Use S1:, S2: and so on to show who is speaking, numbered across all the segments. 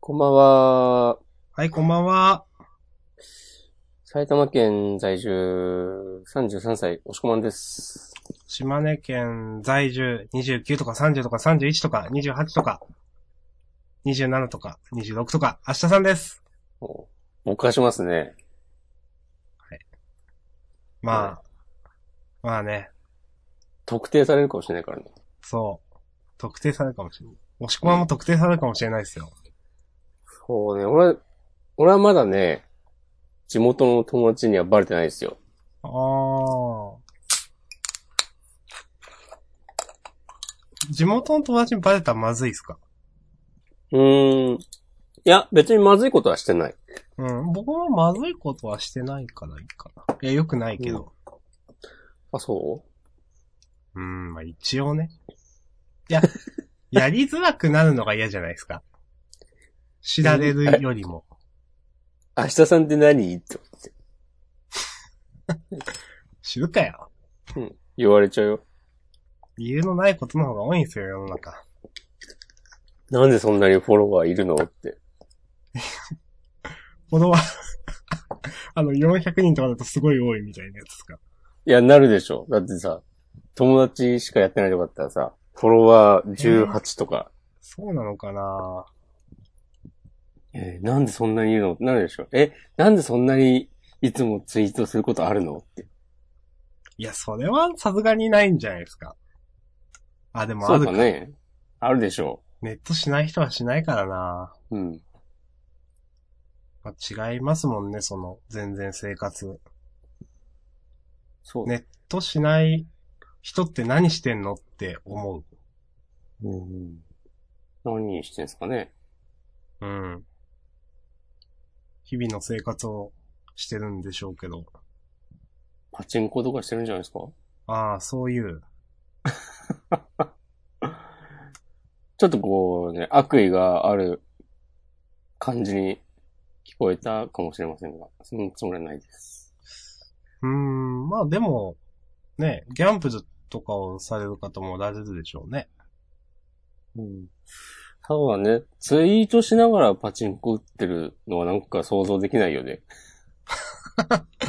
S1: こんばんは。
S2: はい、こんばんは。
S1: 埼玉県在住、33歳、押しこまんです。
S2: 島根県在住29とか30とか31とか28とか27とか26とか、明日さんです。
S1: おぼかしますね。
S2: まあ、まあね、
S1: 特定されるかもしれないからね。
S2: そう。特定されるかもしれない。押し込まんも特定されるかもしれないですよ。
S1: そうね、俺は、俺はまだね、地元の友達にはバレてないですよ。
S2: あー。地元の友達にバレたらまずいですか
S1: うーん。いや、別にまずいことはしてない。
S2: うん、僕もまずいことはしてないからいいかな。いや、よくないけど。
S1: あ、そう
S2: うん、まあ一応ね。いや、 やりづらくなるのが嫌じゃないですか。知られるよりも。
S1: 明日さんって何って
S2: 知るかよ。
S1: 言われちゃうよ。
S2: 理由のないことの方が多いんですよ、世の中。
S1: なんでそんなにフォロワーいるのって。
S2: フォロワー あの、400人とかだとすごい多いみたいなやつですか。
S1: いや、なるでしょ。だってさ、友達しかやってないとかだったらさ、フォロワー18とか、
S2: そうなのかな
S1: えーなんでそんなにいるのってなるでしょ。え、なんでそんなにいつもツイートすることあるのって。
S2: いや、それはさすがにないんじゃないですか。あ、でも
S1: そ
S2: あ
S1: う
S2: る
S1: だ
S2: か。
S1: ね。あるでしょ
S2: ネットしない人はしないからな、
S1: う。うん。
S2: まあ、違いますもんね、その、全然生活。ネッ
S1: そう。
S2: ねトしない人って何してんのって思う。
S1: うん。何してんすかね。
S2: うん。日々の生活をしてるんでしょうけど。
S1: パチンコとかしてるんじゃないですか
S2: ああ、そういう。
S1: ちょっとこうね、悪意がある感じに聞こえたかもしれませんが、そのつもりはないです。
S2: うーん、まあでも、ね、ギャンブルとかをされる方もおられるでしょうね。
S1: うん。そうだね。ツイートしながらパチンコ打ってるのはなんか想像できない よね。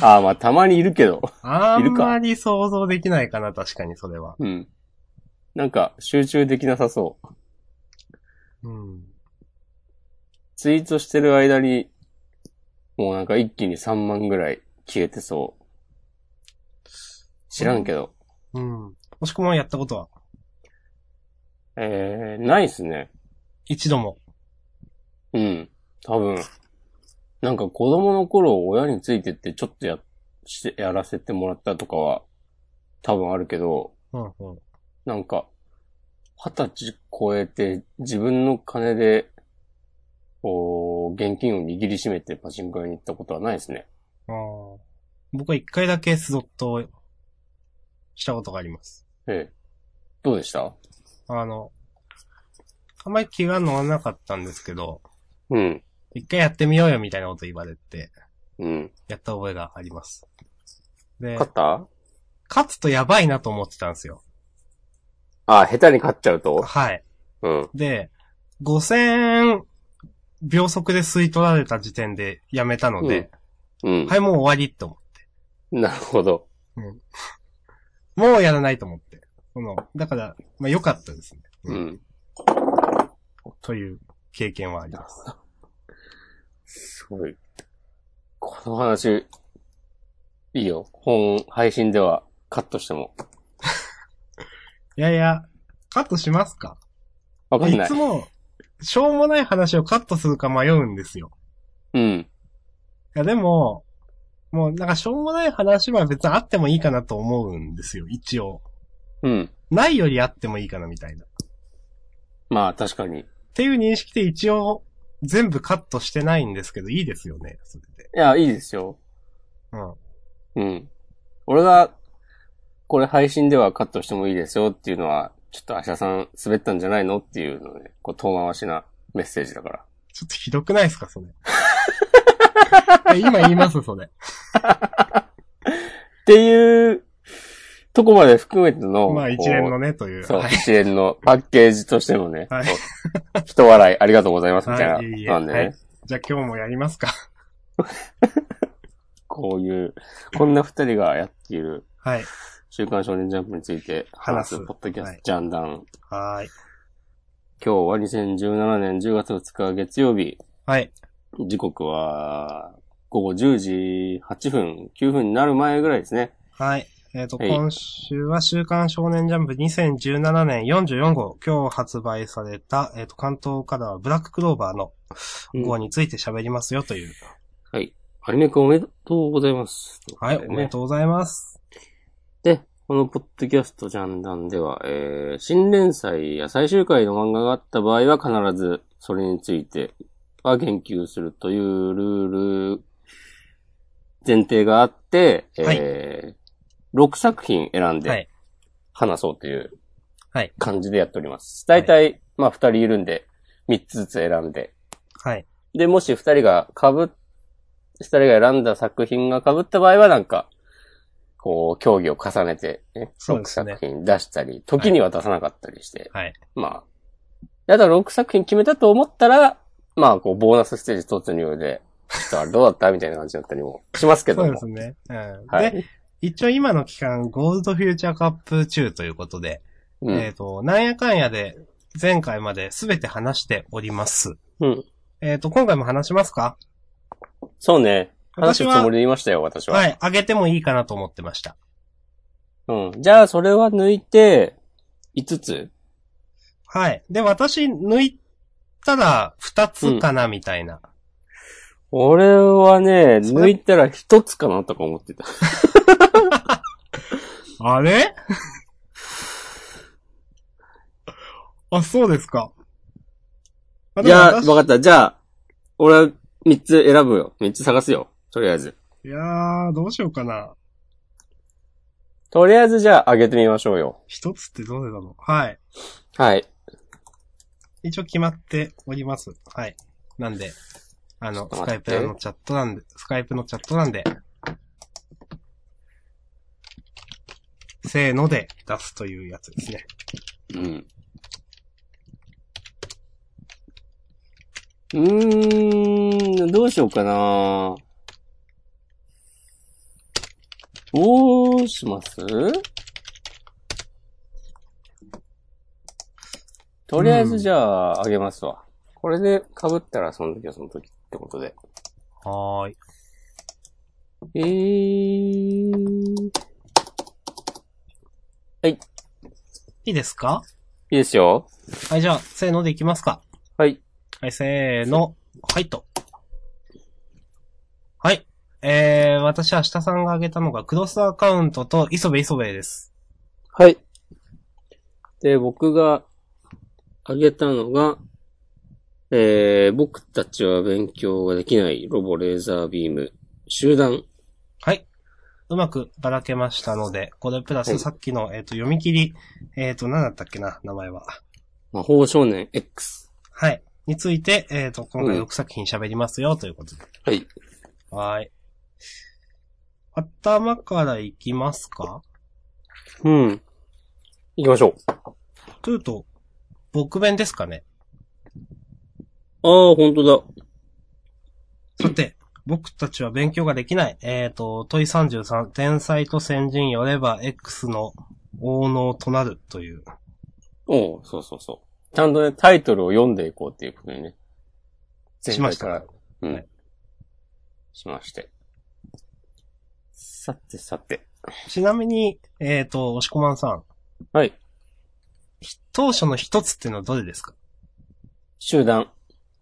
S1: ああ、まあたまにいるけど。
S2: あ
S1: い
S2: ん
S1: るか
S2: まり想像できないかな、確かにそれは。
S1: うん。なんか、集中できなさそう。
S2: うん。
S1: ツイートしてる間に、もうなんか一気に3万ぐらい消えてそう。知らんけど。
S2: うん。もしくもやったことは、
S1: えー、ないっすね。
S2: 一度も。
S1: うん。多分。なんか子供の頃親についてってちょっとや、して、やらせてもらったとかは、多分あるけど、
S2: うん、うん。
S1: なんか、二十歳超えて自分の金で、こう、現金を握りしめてパチンコ屋に行ったことはないですね。
S2: ああ。僕は一回だけスドットをしたことがあります。
S1: ええ。どうでした
S2: あの、あんまり気が乗らなかったんですけど、
S1: うん。
S2: 一回やってみようよみたいなこと言われて、
S1: うん。
S2: やった覚えがあります。で、
S1: 勝った
S2: 勝つとやばいなと思ってたんですよ。
S1: あ、下手に勝っちゃうと
S2: はい。
S1: うん。
S2: で、5000秒速で吸い取られた時点でやめたので、
S1: うん。
S2: はい、もう終わりって思
S1: なるほど。
S2: う。もうやらないと思って。その、だから、まあ良かったですね。
S1: う。ん。
S2: という経験はあります。
S1: すごい。この話、いいよ。本、配信ではカットしても。
S2: いやいや、カットしますか
S1: わかんない
S2: つ。も、しょうもない話をカットするか迷うんですよ。
S1: うん。
S2: いや、でも、もうなんかしょうもない話は別にあってもいいかなと思うんですよ、一応。
S1: うん。
S2: ないよりあってもいいかなみたいな。っ
S1: まあ、確かに。い
S2: ていう認識で一応、全部カットしてないんですけど、いいですよね、それで。
S1: や、いいですよ。
S2: うん。
S1: うん。俺が、これ配信ではカットしてもいいですよっていうのは、ちょっと明日さん滑ったんじゃないのっていうのね、こう遠回しなメッセージだから。
S2: ちょっとひどくないですか、 それ。え今言います、それ。
S1: っていうとこまで含めての、
S2: まあ
S1: こう
S2: 一連のね、という。
S1: そう、
S2: はい。
S1: 一連のパッケージとしてのね、
S2: はい
S1: こう人笑いありがとうございますみたいな、
S2: はいいえいえ
S1: なんでね、
S2: はいじゃあ今日もやりますか。
S1: こういう、こんな二人がやっている
S2: はい。
S1: 週刊少年ジャンプについて話す
S2: 話す
S1: ポッドキャスト、
S2: はい
S1: ジャンダン。
S2: はーい。
S1: 今日は2017年10月2日月曜日、
S2: はい。
S1: 時刻は午後10時8分、9分になる前ぐらいですね。
S2: はい。えっ、と、
S1: はい
S2: 今週は週刊少年ジャンプ2017年44号、今日発売された、えっ、と、関東からはブラッククローバーの号について喋りますよという。
S1: はい。アニメくんおめでとうございます。
S2: はい、おめでとうございます。
S1: で、このポッドキャストジャンダンでは、えー、新連載や最終回の漫画があった場合は必ずそれについては言及するというルール、前提があって、
S2: はい
S1: えー、6作品選ん
S2: は
S1: で
S2: い。
S1: 話そうという
S2: はい
S1: 感じでやっております。大体、まあ2人いるんで、3つずつ選んで。
S2: はい。
S1: で、もし2人が被っ、2人が選んだ作品が被った場合はなんか、こう、競技を重ねて、ね、
S2: そ
S1: 6
S2: うですね
S1: 作品出したり、時には出さなかったりして、
S2: はい。
S1: まあ、やだ6作品決めたと思ったら、まあ、こう、ボーナスステージ突入で、ちょっとあれどうだったみたいな感じだったりもしますけど
S2: そう
S1: も。
S2: ですね。うん。
S1: は
S2: で、
S1: い。
S2: 一応今の期間、ゴールドフューチャーカップ中ということで、
S1: うん
S2: えっ、と、なんやかんやで、前回まで全て話しております。
S1: うん。
S2: えっ、と、今回も話しますか
S1: そうね。話す
S2: 私
S1: つ
S2: は
S1: もりで言いましたよ、私は。
S2: はい、あげてもいいかなと思ってました。
S1: うん。じゃあ、それは抜いて、5つ
S2: はい。で、私、抜いたら、二つかな、みたいな。
S1: 俺はね、
S2: それ
S1: 抜いたら一つかなとか思ってた。
S2: あれ あ、そうですか。あ
S1: いや、わ
S2: でも
S1: かった。じゃあ、俺は三つ選ぶよ。三つ探すよ。とりあえず。
S2: 私いやー、どうしようかな。
S1: とりあえずじゃあ、上げてみましょうよ。
S2: 一つってどれだろう。はい。
S1: はい。
S2: 一応決まっております。はい。なんで、あの、
S1: ちょっ
S2: ス
S1: と
S2: カ
S1: 待っ
S2: イ
S1: て
S2: プのチャットなんで、スカイプのチャットなんで、せーので出すというやつですね。
S1: うん。うーん、どうしようかなどうしますとりあえずじゃあ、あげますわ。これで被ったらその時はその時ってことで。
S2: はーい。
S1: えー、い
S2: いいですか
S1: いですよ。
S2: はい、じゃあ、せーのでいきますか。
S1: はい。
S2: はい、せーの。はい、と。はい。えー、私、明日さんが挙げたのが、クロスアカウントと、磯部磯部です。
S1: はい。で、僕があげたのが、えー、僕たちは勉強ができないロボレーザービーム集団。
S2: はい。うまくばらけましたので、これプラ
S1: は
S2: ス
S1: い
S2: さっきの、えっ、と、読み切り、えっ、と、何だったっけな、名前は。
S1: 魔法少年 X。
S2: はい。について、えっ、と、今回
S1: うん
S2: 6作品喋りますよ、ということで。
S1: はい。
S2: はーい。頭からいきますか
S1: うん。行きましょう。
S2: というと、僕弁ですかね
S1: ああ、本当だ。
S2: さて、僕たちは勉強ができない。えっ、と、問い33、天才と先人よれば X の応能となるという。
S1: おうそうそうそう。ちゃんとね、タイトルを読んでいこうっていうことにね。
S2: しました
S1: 前回らう
S2: は
S1: ん
S2: い。
S1: しまして。さてさて。
S2: ちなみに、えっ、と、押しこまんさん、
S1: はい。
S2: 当初の一つってのはどれですか
S1: 集団。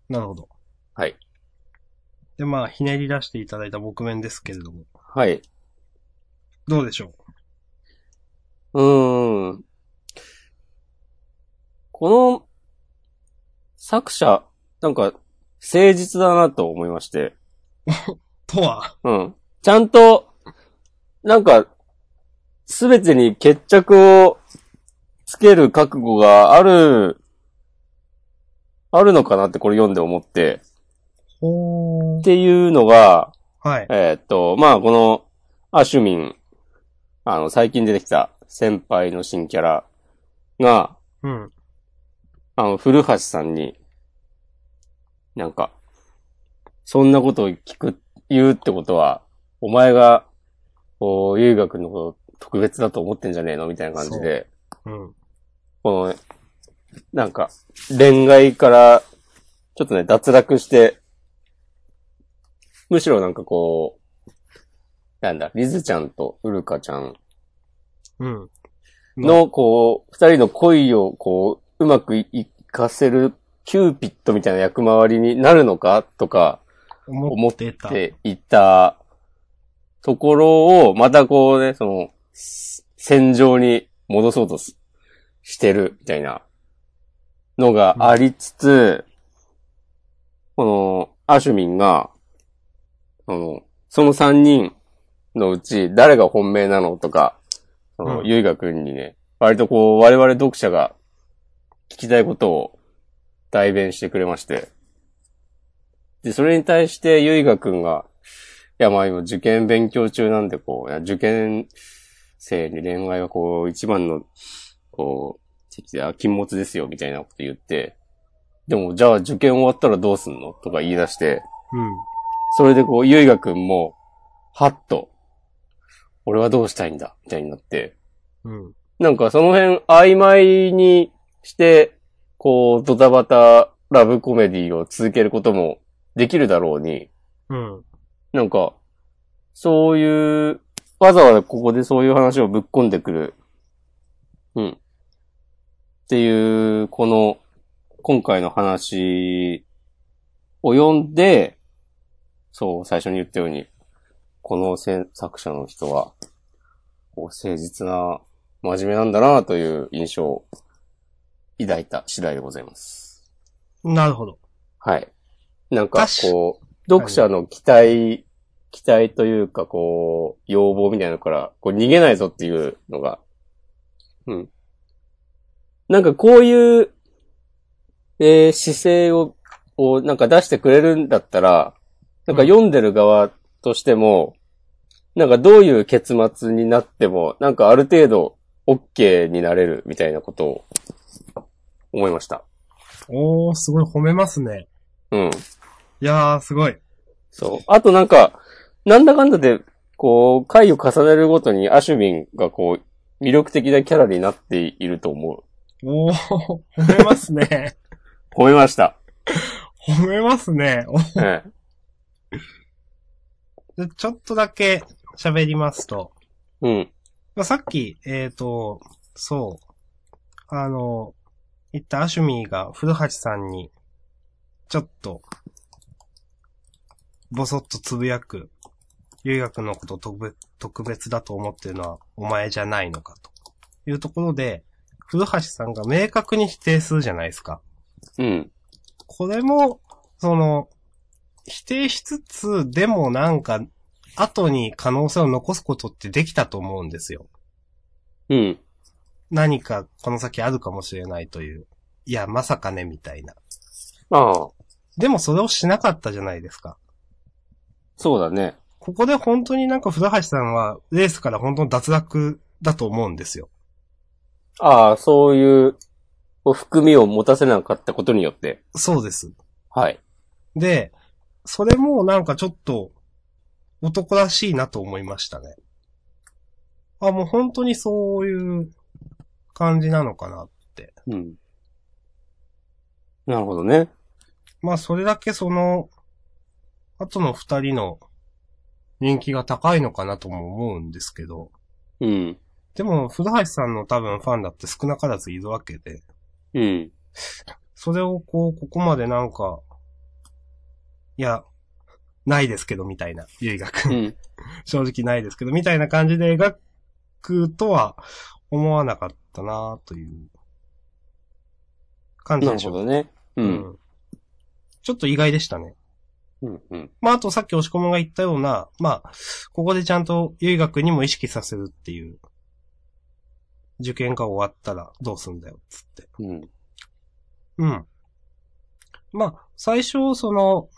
S2: なるほど。
S1: はい。
S2: で、まあ、ひねり出していただいた僕面ですけれども、
S1: はい。
S2: どうでしょ
S1: うーん。この作者、なんか誠実だなと思いまして。
S2: うとは、
S1: うん。ちゃんと、なんか、すべてに決着をつける覚悟がある、あるのかなってこれ読んで思って。
S2: ほ
S1: っていうのが、
S2: はい。
S1: えーっと、まあこの、アシュミン、あの、最近出てきた先輩の新キャラが、
S2: うん。
S1: あの、古橋さんに、なんか、そんなことを聞く、言うってことは、お前が、こう、優雅君のこと特別だと思ってんじゃねえのみたいな感じで、
S2: うん。
S1: この、なんか、恋愛から、ちょっとね、脱落して、むしろなんかこう、なんだ、リズちゃんとウルカちゃん
S2: うん。
S1: の、こう、二人の恋を、こう、うまくいかせるキューピッドみたいな役回りになるのかとか、
S2: 思ってた。
S1: っていたところを、またこうね、その、s- 戦場に戻そうとすしてる、みたいなのがありつつ、この、アシュミンが、その、その三人のうち、誰が本命なのとか、その、
S2: うん
S1: ゆいがくんにね、割とこう、我々読者が聞きたいことを代弁してくれまして。で、それに対して、ゆいがくんが、いや、まあ今、受験勉強中なんで、こう、いや受験生に恋愛はこう、一番の、こう、敵だ、禁物ですよ、みたいなこと言って、でも、じゃあ受験終わったらどうすんのとか言い出して、
S2: うん。
S1: それでこう、ゆいがくんも、はっと、俺はどうしたいんだ、みたいになって、
S2: うん。
S1: なんかその辺曖昧にして、こう、ドタバタラブコメディを続けることもできるだろうに、
S2: うん。
S1: なんか、そういう、わざわざここでそういう話をぶっ込んでくる。うん。っていう、この、今回の話を読んで、そう、最初に言ったように、このせ作者の人は、こう誠実な、真面目なんだなという印象を抱いた次第でございます。
S2: なるほど。
S1: はい。なんか、
S2: 確
S1: こう、読者の期待、期待というか、こう、要望みたいなのから、こう、逃げないぞっていうのが、うん。なんかこういう、えー姿勢を、をなんか出してくれるんだったら、なんか読んでる側としても、なんかどういう結末になっても、なんかある程度、OK になれるみたいなことを、思いました。
S2: おー、すごい褒めますね。
S1: うん。
S2: いやー、すごい。
S1: そう。あとなんか、なんだかんだで、こう、回を重ねるごとにアシュミンがこう、魅力的なキャラになっていると思
S2: おー、褒めますね。
S1: う。褒めま した。
S2: 褒めますね。お
S1: ええ
S2: でちょっとだけ喋りますと。
S1: うん。
S2: まあ、さっき、えっ、と、そう。あの、言ったアシュミーが古橋さんに、ちょっと、ぼそっとつぶやく、留学のこと特別特別だと思ってるのはお前じゃないのかと。いうところで、古橋さんが明確に否定するじゃないですか。
S1: うん。
S2: これも、その、否定しつつ、でもなんか、後に可能性を残すことってできたと思うんですよ。
S1: うん。
S2: 何かこの先あるかもしれないという。いや、まさかね、みたいな。
S1: ああ、
S2: でもそれをしなかったじゃないですか。
S1: そうだね。
S2: ここで本当になんか古橋さんは、レースから本当に脱落だと思うんですよ。
S1: ああ、そういう、こう含みを持たせなかったことによって。
S2: そうです。
S1: はい。
S2: で、それもなんかちょっと、男らしいなと思いましたね。あ、もう本当にそういう感じなのかな。
S1: うん。なるほどね。
S2: まあそれだけその、後の二人の人気が高いのかなとも思うんですけど、
S1: うん。
S2: でも古橋さんの多分ファンだって少なからずいるわけで、
S1: うん。
S2: それをこう、ここまでなんか、いや、ないですけどみたいな、ゆいが
S1: う
S2: く。
S1: んん。
S2: 正直ないですけど、みたいな感じで描くとは思わなかったなという感じ
S1: な
S2: で
S1: る
S2: し
S1: ほ
S2: ょう。
S1: どね。う。
S2: うんんちょっと意外でしたね。
S1: うん。うん。
S2: まあ、あとさっき押し込むが言ったような、まあ、ここでちゃんと優学にも意識させるっていう。受験が終わったらどうすんだよ、つって。
S1: うん。
S2: うん。まあ、最初、その、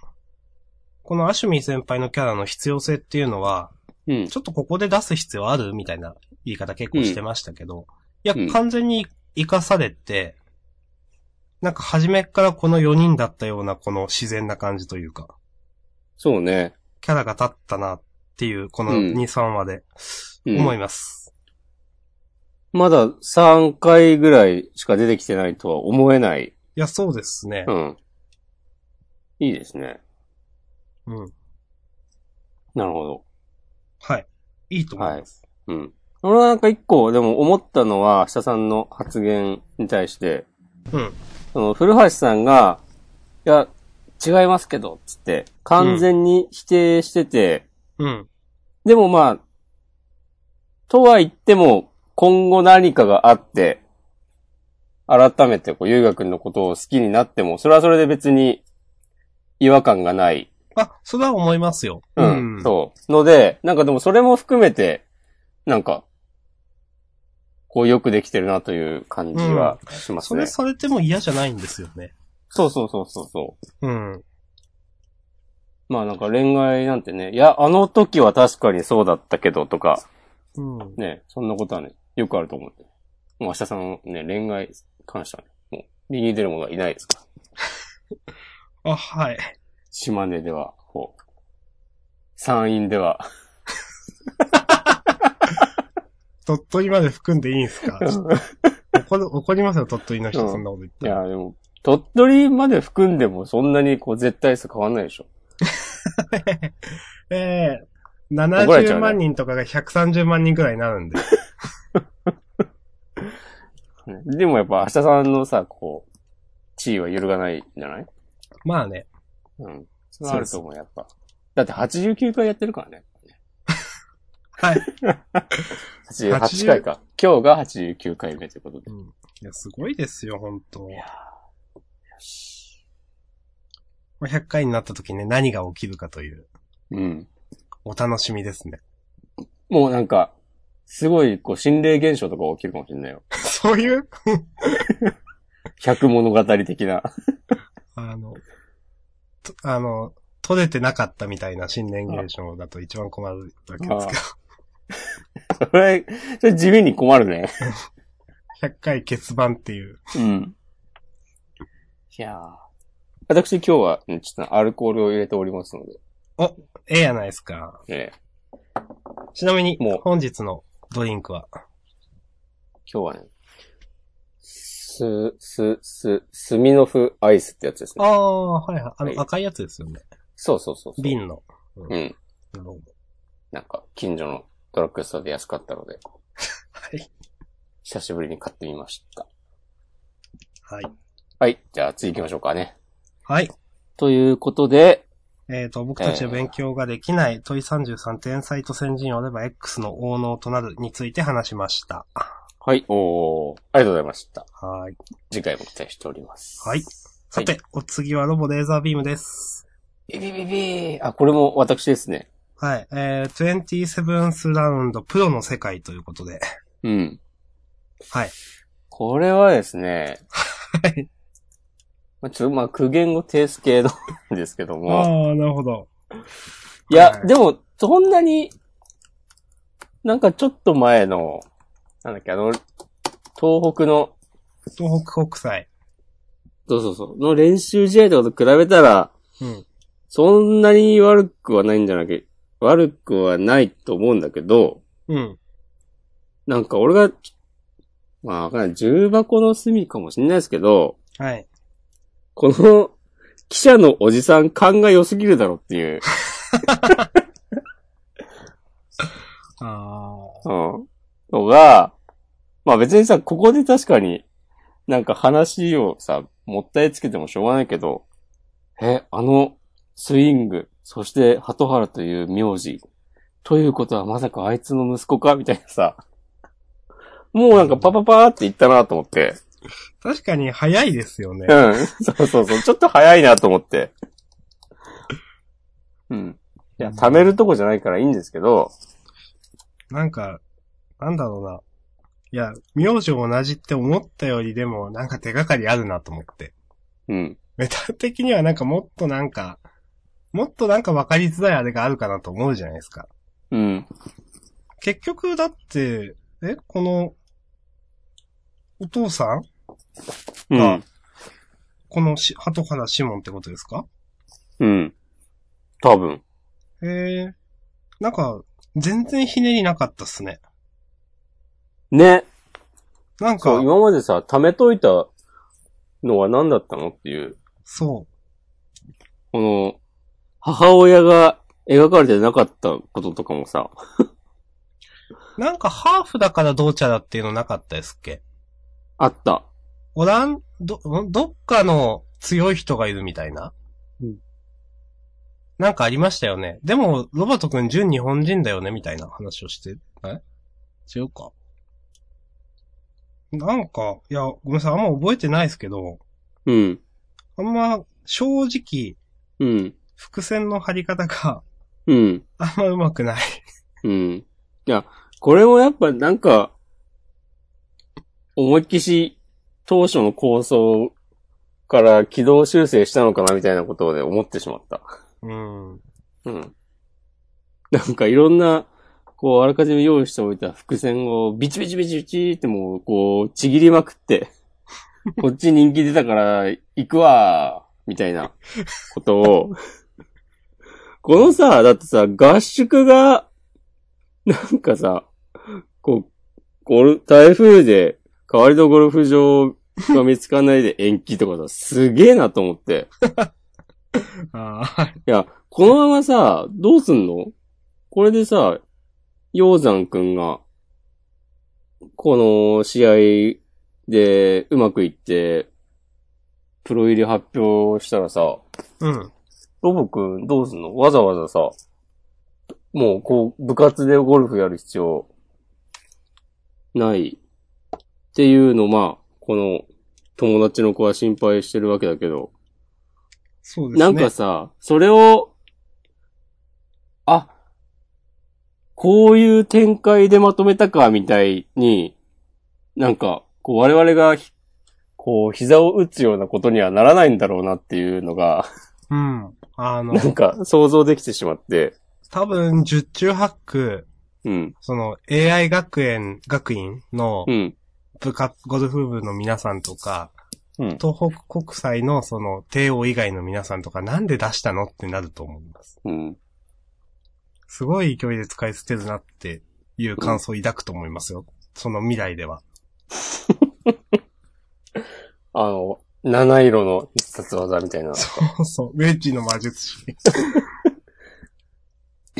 S2: このアシュミー先輩のキャラの必要性っていうのは、
S1: うん。
S2: ちょっとここで出す必要あるみたいな言い方結構してましたけど、いや
S1: うん、
S2: 完全に活かされて、なんか初めからこの4人だったようなこの自然な感じというか、
S1: そうね。
S2: キャラが立ったなっていう、この
S1: うん
S2: 2、3話で
S1: うん
S2: 思います。
S1: まだ3回ぐらいしか出てきてないとは思えない。
S2: いや、そうですね
S1: う。ん。いいですね。
S2: うん。
S1: なるほど。
S2: はい。いいと思います。
S1: うん。俺はなんか一個、でも思ったのは、下さんの発言に対して、
S2: うん。
S1: その、古橋さんが、いや、違いますけど、つって、完全に否定してて、
S2: うん。
S1: でもまあ、とは言っても、今後何かがあって、改めてこう、優雅くんのことを好きになっても、それはそれで別に違和感がない。
S2: あ、それは思いますよ。
S1: うん、
S2: う。
S1: そう。ので、なんかでもそれも含めて、なんか、こうよくできてるなという感じはします
S2: そ
S1: ね。
S2: れされても嫌じゃないんですよね。
S1: そうそうそうそうそ
S2: うん。
S1: う。まあなんか恋愛なんてね、いや、あの時は確かにそうだったけどとか、
S2: うん。
S1: ね、そんなことはね、よくあると思うんで。もう明日さんのね、恋愛に関してはね、もう、に出るものはいないですから。
S2: あ、はい。
S1: 島根では、こう、山陰では、
S2: 鳥取まで含んでいいんすかちょっと怒る怒りますよ、鳥取の
S1: う
S2: 人、
S1: ん
S2: そんなこと言っ
S1: い
S2: たら。
S1: や、でも、鳥取まで含んでもそんなにこう絶対数変わんないでしょ。
S2: ええ
S1: 怒られちゃうね
S2: 70万人とかが130万人くらいになるんで。
S1: ねでもやっぱ明日さんのさ、こう、地位は揺るがないんじゃない
S2: まあね。
S1: うん。それはあると思う、やっぱ。だって89回やってるからね。
S2: はい。
S1: 88回か。今日が89回目ということで
S2: う。ん、いや、すごいですよ、本当
S1: いや
S2: まあ100回になった時ね、何が起きるかという、
S1: うん。
S2: お楽しみですね。
S1: もうなんか、すごい、こう、心霊現象とか起きるかもしれないよ。
S2: そういう、
S1: 百物語的な。
S2: あの、とあの、取れてなかったみたいな新年現象だと一番困るわけですけ
S1: それ、それ地味に困るね。
S2: ど、100回欠番っていう。
S1: うん。いやー私今日は、ねちょっとアルコールを入れておりますので、
S2: ええやないですか。
S1: ええ
S2: ちなみに
S1: もう、
S2: 本日のドリンクは、
S1: 今日はね、す、す、す、スミノフアイスってやつです
S2: あ
S1: ね。
S2: あ、はいはい。あ
S1: はい
S2: の、赤いやつですよね。
S1: そうそうそうそう。
S2: 瓶の。
S1: うん。
S2: なるほど
S1: なんか、近所のドラッグストアで安かったので、
S2: はい。
S1: 久しぶりに買ってみました。
S2: はい。
S1: はい。じゃあ次行きましょうかね。
S2: はい。
S1: ということで、
S2: えっ、と、僕たちは勉強ができない問い33天才と先人をれば X の応能となるについて話しました。
S1: はい。おー、ありがとうございました。
S2: はい。
S1: 次回も期待しております。
S2: はい。さて、お次はロボレーザービームです。
S1: ビビビビーあ、これも私ですね。
S2: はい。えー、27th ラウンドプロの世界ということで。
S1: うん。
S2: はい。
S1: これはですね。
S2: はい。
S1: まあ、ちょっとまあ、苦言語定数系なんですけども。
S2: ああ、なるほど。
S1: いや、
S2: はい
S1: でも、そんなに、なんかちょっと前の、なんだっけ、あの、東北の、
S2: 東北国際。
S1: そうそうそう、の練習試合とかと比べたら、
S2: うん。
S1: そんなに悪くはないんじゃなきゃ、悪くはないと思うんだけど、
S2: うん。
S1: なんか俺が、まあわかんない、重箱の隅かもしれないですけど、
S2: はい。
S1: この、記者のおじさん勘が良すぎるだろっていう。
S2: あ
S1: うん。のが、まあ別にさ、ここで確かに、なんか話をさ、もったいつけてもしょうがないけど、え、あの、スイング、そして、鳩原という名字、ということはまさかあいつの息子かみたいなさ、もうなんかパパパーって言ったなと思って。
S2: あ。確かに早いですよね
S1: う。ん。 そうそうそう。ちょっと早いなと思って。うん。いや、貯めるとこじゃないからいいんですけど、
S2: なんか、なんだろうな。いや、名字同じって思ったよりでも、なんか手がかりあるなと思って。
S1: うん。
S2: メタ的にはなんかもっとなんか、もっとなんか分かりづらいあれがあるかなと思うじゃないですか。
S1: うん。
S2: 結局、だって、え、この、お父さん
S1: う
S2: あ
S1: ん。
S2: このし、鳩原シモンってことですか
S1: うん。多分。
S2: へえなんか、全然ひねりなかったっすね。
S1: ね。
S2: なんか
S1: そう、、今までさ、貯めといたのは何だったのっていう。
S2: そ
S1: この、母親が描かれてなかったこととかもさ、
S2: う。なんか、ハーフだからどうちゃらっていうのなかったですっけ
S1: あった。
S2: オラン、ど、んどっかの強い人がいるみたいな。
S1: うん
S2: なんかありましたよね。でも、ロバート君純日本人だよね、みたいな話をして、え違うか。なんか、いや、ごめんなさい、あんま覚えてないですけど、
S1: うん。
S2: あんま、正直、
S1: うん。
S2: 伏線の張り方が
S1: うん。
S2: あんま上手くない。
S1: うん。いや、これもやっぱなんか、思いっきし当初の構想から軌道修正したのかなみたいなことで思ってしまった。
S2: うん。
S1: うん。なんかいろんな、こう、あらかじめ用意しておいた伏線をビチビチビチビチってもう、こう、ちぎりまくって、こっち人気出たから行くわーみたいなことを、このさ、だってさ、合宿が、なんかさ、こう、ゴル台風で代わりのゴルフ場が見つかんないで延期とかさ、すげえなと思って。
S2: あ
S1: いや、このままさ、どうすんのこれでさ、鷹山くんが、この試合でうまくいって、プロ入り発表したらさ、
S2: あ、うん。
S1: ロボくんどうすんのわざわざさ、もうこう、部活でゴルフやる必要、ない。っていうの、まあ、この、友達の子は心配してるわけだけど、
S2: そうです
S1: な
S2: ね。
S1: んかさ、それを、あ、こういう展開でまとめたか、みたいに、なんか、こう我々がひ、こう、膝を打つようなことにはならないんだろうなっていうのが、
S2: うん。あの、
S1: なんか想像できてしまって、
S2: 多分、十中八九、
S1: うん、
S2: その、AI 学園、学院の
S1: うん、
S2: 部活、ゴルフ部の皆さんとか、
S1: うん。
S2: 東北国際のその、帝王以外の皆さんとか、なんで出したのってなると思います。
S1: うん、
S2: すごい勢いで使い捨てるなっていう感想を抱くと思いますよ。その未来では。
S1: あの、七色の必殺技みたいな。
S2: そうそう、ウェッジの魔術師。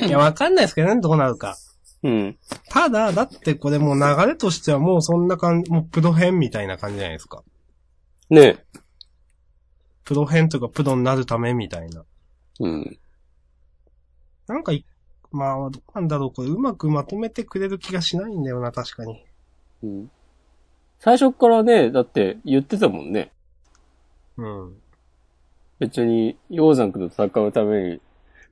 S2: いや、わかんないですけどね、どうなるか。
S1: うん、
S2: ただ、だってこれもう流れとしてはもうそんな感じ、もうプロ編みたいな感じじゃないですか。
S1: ね
S2: プロ編とかプロになるためみたいな。
S1: うん、
S2: なんかい、まあ、どうなんだろう、これうまくまとめてくれる気がしないんだよな、確かに。
S1: うん。最初っからね、だって言ってたもんね。
S2: うん。
S1: 別に、鷹山君と戦うために、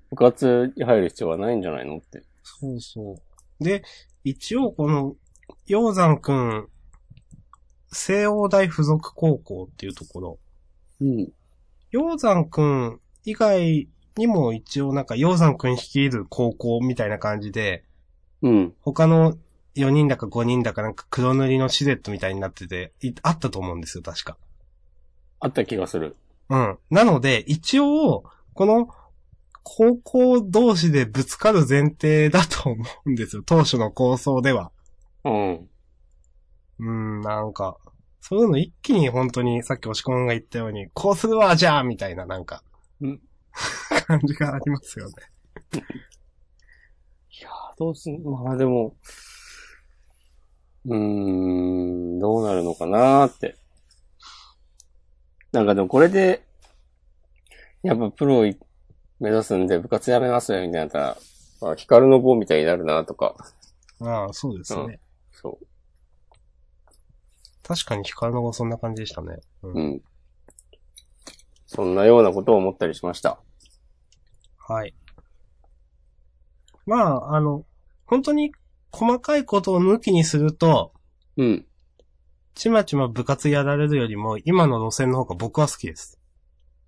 S1: 部活に入る必要はないんじゃないのって。
S2: そうそう。で、一応この、鷹山くん、西欧大附属高校っていうところ、
S1: うん。
S2: 鷹山くん以外にも一応なんか鷹山くん率いる高校みたいな感じで、
S1: うん。
S2: 他の4人だか5人だかなんか黒塗りのシルエットみたいになってて、いあったと思うんですよ、確か。
S1: あった気がする。
S2: うん。なので、一応、この、高校同士でぶつかる前提だと思うんですよ。当 初の構想では。
S1: うん。
S2: うん、なんか、そういうの一気に本当に、さっき押し込んが言ったように、こうするわ、じゃあみたいな、なんか、
S1: うん
S2: 感じがありますよね。
S1: いやー、どうすん、まあでも、うーん、どうなるのかなーって。なんかでもこれで、やっぱプロい目指すんで部活やめますよみたいになったら、まあ、ヒカルの棒みたいになるなとか、
S2: ああ、そうですね。
S1: うんそ
S2: 確かに光の子そんな感じでしたね。うん
S1: う、うん。そんなようなことを思ったりしました。
S2: はい。まあ、あの、本当に細かいことを抜きにすると、
S1: うん。
S2: ちまちま部活やられるよりも、今の路線の方が僕は好きです。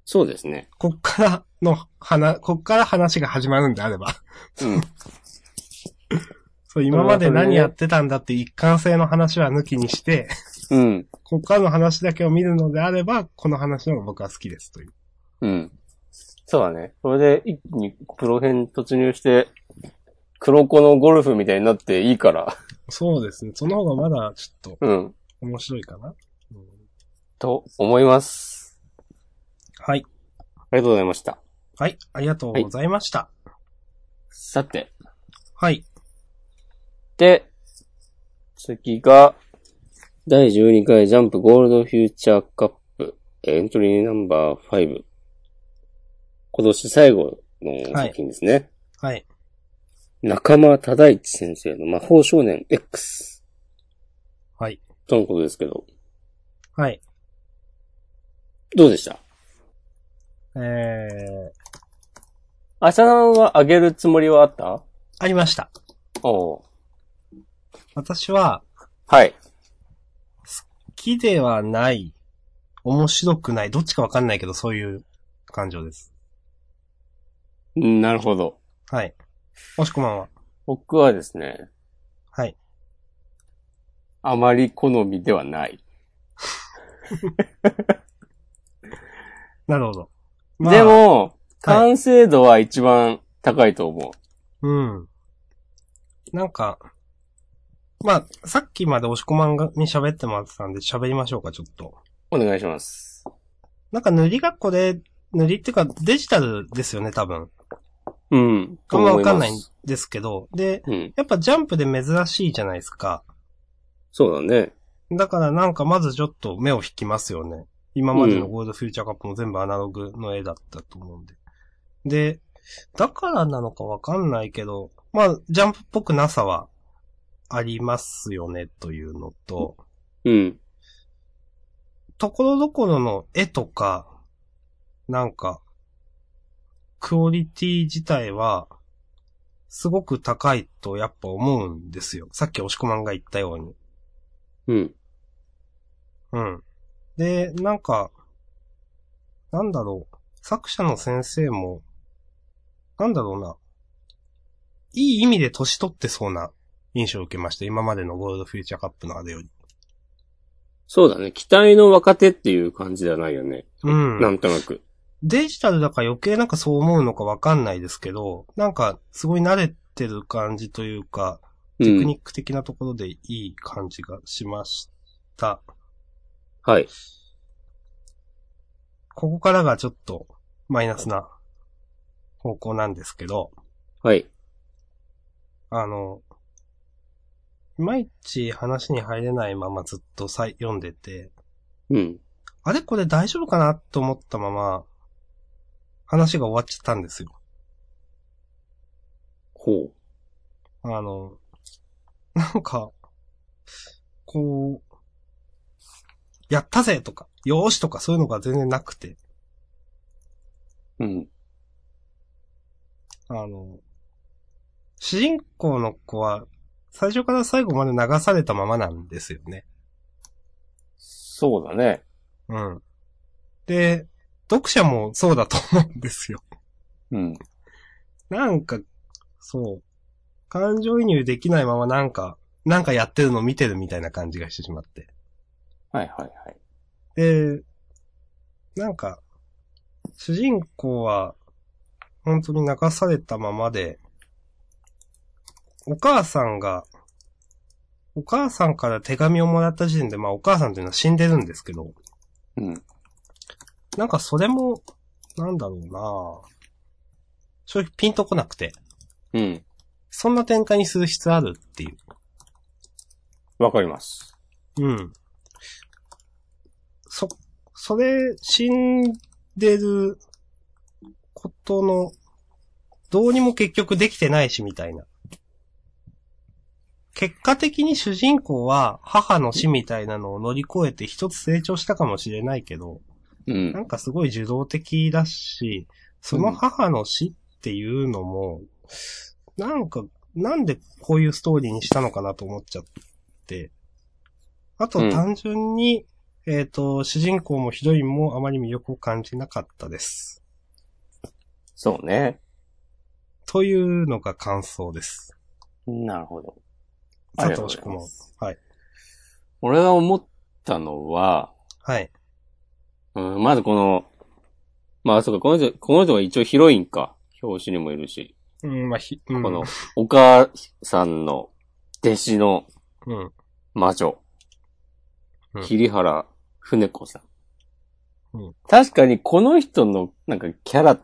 S1: そうですね。
S2: こっからの話、こっから話が始まるんであれば。
S1: うん。
S2: そう、今まで何やってたんだっていう一貫性の話は抜きにして、
S1: うん。
S2: ここからの話だけを見るのであれば、この話の方が僕は好きですという。
S1: うん。そうだね。それで一気に黒編突入して、黒子のゴルフみたいになっていいから。
S2: そうですね。その方がまだちょっと
S1: うん。
S2: 面白いかな。うん
S1: と思います。
S2: はい。
S1: ありがとうございました。
S2: はい。ありがとうございました。
S1: さて。
S2: はい。
S1: で、次が、第12回ジャンプゴールドフューチャーカップ、エントリーナンバー5。今年最後の作品ですね。
S2: はい。
S1: 中間忠一先生の魔法少年 X。
S2: はい。
S1: とのことですけど、
S2: はい。
S1: どうでした
S2: えー、
S1: 朝ナンはあげるつもりはあった
S2: ありました。
S1: おう
S2: 私は、
S1: はい。
S2: 好きではない、面白くない、どっちかわかんないけど、そういう感情です。
S1: なるほど。
S2: はい。もしこまんは。
S1: 僕はですね、
S2: はい。
S1: あまり好みではない。
S2: なるほど。
S1: で、も、
S2: はい
S1: 完成度は一番高いと思う。
S2: うん。なんか、まあ、さっきまで押し込まんがに喋ってもらってたんで喋りましょうか、ちょっと。
S1: お願いします。
S2: なんか塗り学校で、塗りっていうかデジタルですよね、多分。
S1: うん。
S2: あんまわかんない
S1: と思ま
S2: ん
S1: す
S2: ですけど。で、
S1: うん。
S2: やっぱジャンプで珍しいじゃないですか。
S1: そうだね。
S2: だからなんかまずちょっと目を引きますよね。今までのゴールドフューチャーカップも全部アナログの絵だったと思うんで。で、だからなのかわかんないけど、まあ、ジャンプっぽくなさはありますよねというのと、
S1: うん。
S2: ところどころの絵とか、なんか、クオリティ自体は、すごく高いとやっぱ思うんですよ。さっき押し込まんが言ったように。
S1: うん。
S2: うん。で、なんか、なんだろう。作者の先生も、なんだろうな。いい意味で年取ってそうな印象を受けました。今までのゴールドフューチャーカップのあれより。
S1: そうだね。期待の若手っていう感じではないよね。
S2: うん。
S1: なんとなく。
S2: デジタルだから余計なんかそう思うのかわかんないですけど、なんかすごい慣れてる感じというか、
S1: う
S2: テクニ
S1: ん。
S2: ック的なところでいい感じがしました。
S1: はい。
S2: ここからがちょっとマイナスな方向なんですけど、
S1: はい。
S2: あの、いまいち話に入れないままずっとさい読んでて、
S1: うん。
S2: あれこれ大丈夫かなと思ったまま、話が終わっちゃったんですよ。
S1: ほ
S2: あの、なんか、こう、やったぜとか、よーしとかそういうのが全然なくて、
S1: う。うん。
S2: あの、主人公の子は、最初から最後まで流されたままなんですよね。
S1: そうだね。
S2: うん。で、読者もそうだと思うんですよ。
S1: うん。
S2: なんか、そう、感情移入できないままなんか、なんかやってるのを見てるみたいな感じがしてしまって。
S1: はいはいはい。
S2: で、なんか、主人公は、本当に流されたままで、お母さんが、お母さんから手紙をもらった時点で、まあお母さんというのは死んでるんですけど、
S1: うん。
S2: なんかそれも、なんだろうなぁ正直ピンとこなくて、
S1: うん。
S2: そんな展開にする必要あるっていう。
S1: わかります。
S2: うん。そ、それ、死んでることの、どうにも結局できてないし、みたいな。結果的に主人公は母の死みたいなのを乗り越えて一つ成長したかもしれないけど、
S1: う。
S2: なんんかすごい受動的だし、その母の死っていうのも、なんか、なんでこういうストーリーにしたのかなと思っちゃって。あと
S1: うん
S2: 単純に、えっ、と、主人公もヒロインもあまり魅力を感じなかったです。
S1: そうね。
S2: というのが感想です。
S1: なるほど。ありが
S2: 佐
S1: とう
S2: 藤
S1: ござい
S2: 宿
S1: ま
S2: も
S1: す。
S2: はい。
S1: 俺が思ったのは、
S2: はい。
S1: うん、まずこの、まあ、そうか、この人、この人が一応ヒロインか。表紙にもいるし。
S2: うん、まあ、ひ、うん、
S1: この、お母さんの弟子の
S2: うん。
S1: 魔女
S2: う。ん
S1: 桐原船子さん。
S2: うん
S1: 確かにこの人のなんかキャラ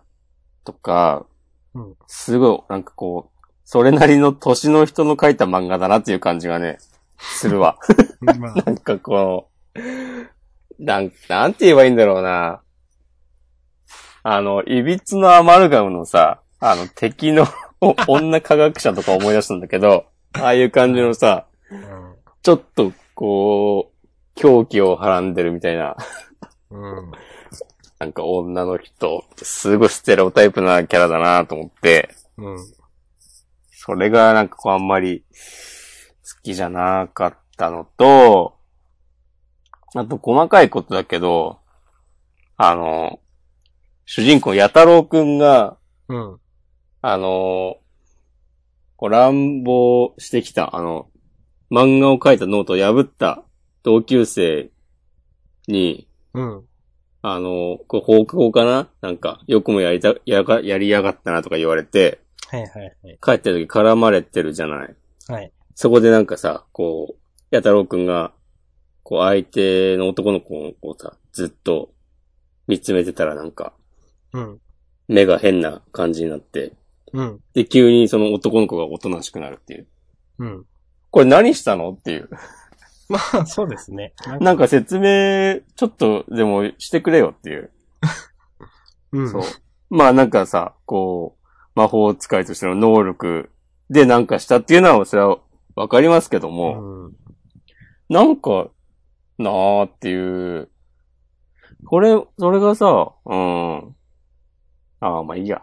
S1: とか、
S2: うん
S1: すごいなんかこう、それなりの年の人の書いた漫画だなっていう感じがね、する わ。
S2: まあ、
S1: なんかこの、なん、なんて言えばいいんだろうな。あの、いびつのアマルガムのさ、あの、敵の女科学者とか思い出したんだけど、ああいう感じのさ、
S2: う
S1: ちょっと、こう、狂気をはらんでるみたいな、
S2: ん。うん。
S1: なんか女の人、すごいステレオタイプなキャラだなと思って、
S2: うん。
S1: それがなんかこうあんまり好きじゃなかったのと、あと細かいことだけど、あの、主人公、やたろうくんが、
S2: うん。
S1: あの、こう乱暴してきた、あの、漫画を書いたノートを破った同級生に、
S2: うん。
S1: あの、これ放課後かななんか、よくもやりた、やが、やりやがったなとか言われて、
S2: はいはいはい。
S1: 帰ってる時絡まれてるじゃない。
S2: はい。
S1: そこでなんかさ、こう、やたろうくんが、こう相手の男の子をこうさ、ずっと見つめてたらなんか、
S2: うん。
S1: 目が変な感じになって、
S2: うん。
S1: で、急にその男の子がおとなしくなるっていう。
S2: うん。
S1: これ何したのっていう。
S2: まあ、 そうですね。なん
S1: なんか説明、ちょっとでもしてくれよっていう。
S2: うん。
S1: そう。まあなんかさ、こう、魔法使いとしての能力でなんかしたっていうのは、それはわかりますけど
S2: う
S1: も、
S2: ん。
S1: なんか、なーっていう。これ、それがさ、うん。ああ、まあいいや。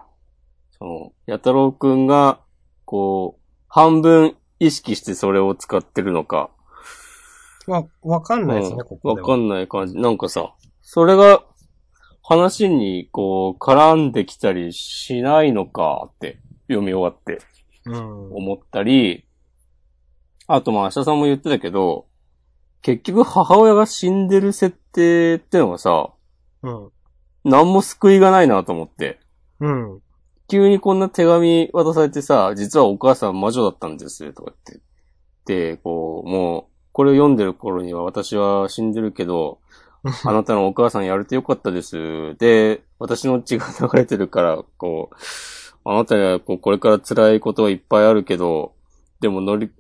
S1: その、やたろうくんが、こう、半分意識してそれを使ってるのか。
S2: わ、わかんないです
S1: う
S2: ね、
S1: ん
S2: ここ
S1: わ
S2: では。
S1: かんない感じ。なんかさ、それが、話に、こう、絡んできたりしないのかって、読み終わって。
S2: うん。
S1: 思ったり、あとまあ、明日さんも言ってたけど、結局母親が死んでる設定ってのがさ、
S2: うん。
S1: 何も救いがないなと思って。
S2: うん。
S1: 急にこんな手紙渡されてさ、実はお母さん魔女だったんです、とか言って。で、こう、もう、これを読んでる頃には私は死んでるけど、あなたのお母さんやれてよかったです。で、私の血が流れてるから、こう、あなたにはこうこれから辛いことはいっぱいあるけど、でも乗り、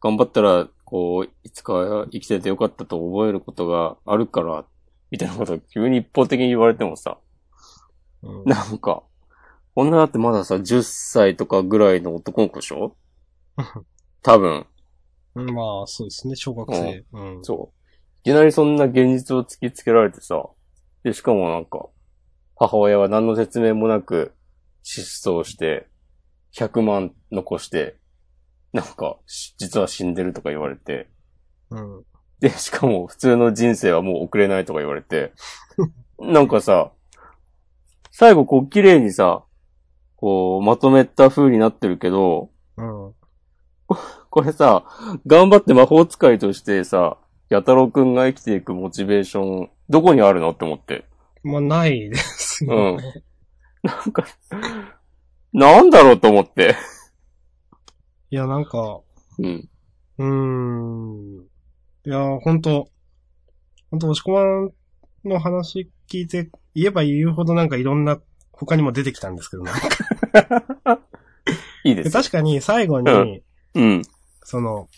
S1: 頑張ったら、こう、いつかは生きててよかったと覚えることがあるから、みたいなことを急に一方的に言われてもさ、
S2: うん
S1: なんか、女だってまださ、10歳とかぐらいの男の子でし ょ多分。
S2: うんまあ、そうですね、小学生。うん。
S1: そう。いきなりそんな現実を突きつけられてさ、で、しかもなんか、母親は何の説明もなく失踪して、100万残して、なんか、し実は死んでるとか言われて、
S2: うん。
S1: で、しかも普通の人生はもう送れないとか言われて、なんかさ、最後こう綺麗にさ、こうまとめた風になってるけど、
S2: うん。
S1: これさ、頑張って魔法使いとしてさ、やたろうくんが生きていくモチベーション、どこにあるのって思って。
S2: まあ、ないです
S1: う
S2: ね。
S1: ん。なんか、なんだろうと思って。
S2: いや、なんか、
S1: うん。
S2: うーん。いやー、ほんと、ほんと、押し込まんの話聞いて、言えば言うほどなんかいろんな、他にも出てきたんですけどね。
S1: いい です。
S2: 確かに最後に、
S1: うんうん。
S2: その、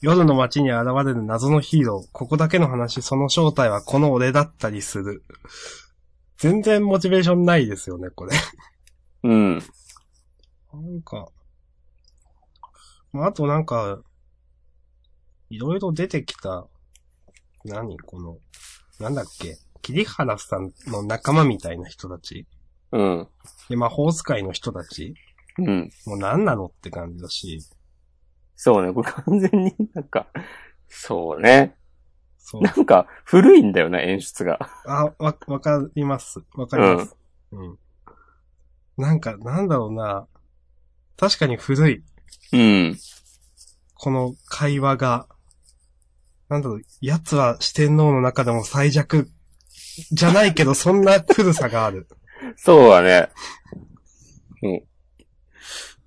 S2: 夜の街に現れる謎のヒーロー、ここだけの話、その正体はこの俺だったりする。全然モチベーションないですよね、これ。
S1: うん。
S2: なんか、まあ、あとなんか、いろいろ出てきた、何この、なんだっけ、桐原さんの仲間みたいな人たち
S1: うん。
S2: で、魔法使いの人たち
S1: うん。
S2: もう何なのって感じだし、
S1: そうね。これ完全になんか、そうね。
S2: そ う。
S1: なんか、古いんだよね、演出が。
S2: あ、わ、わかります。わかります。うん。なんか、なんだろうな。確かに古い。
S1: うん。
S2: この会話が、なんだろう、奴は四天王の中でも最弱じゃないけど、そんな古さがある。
S1: そうだね。うん。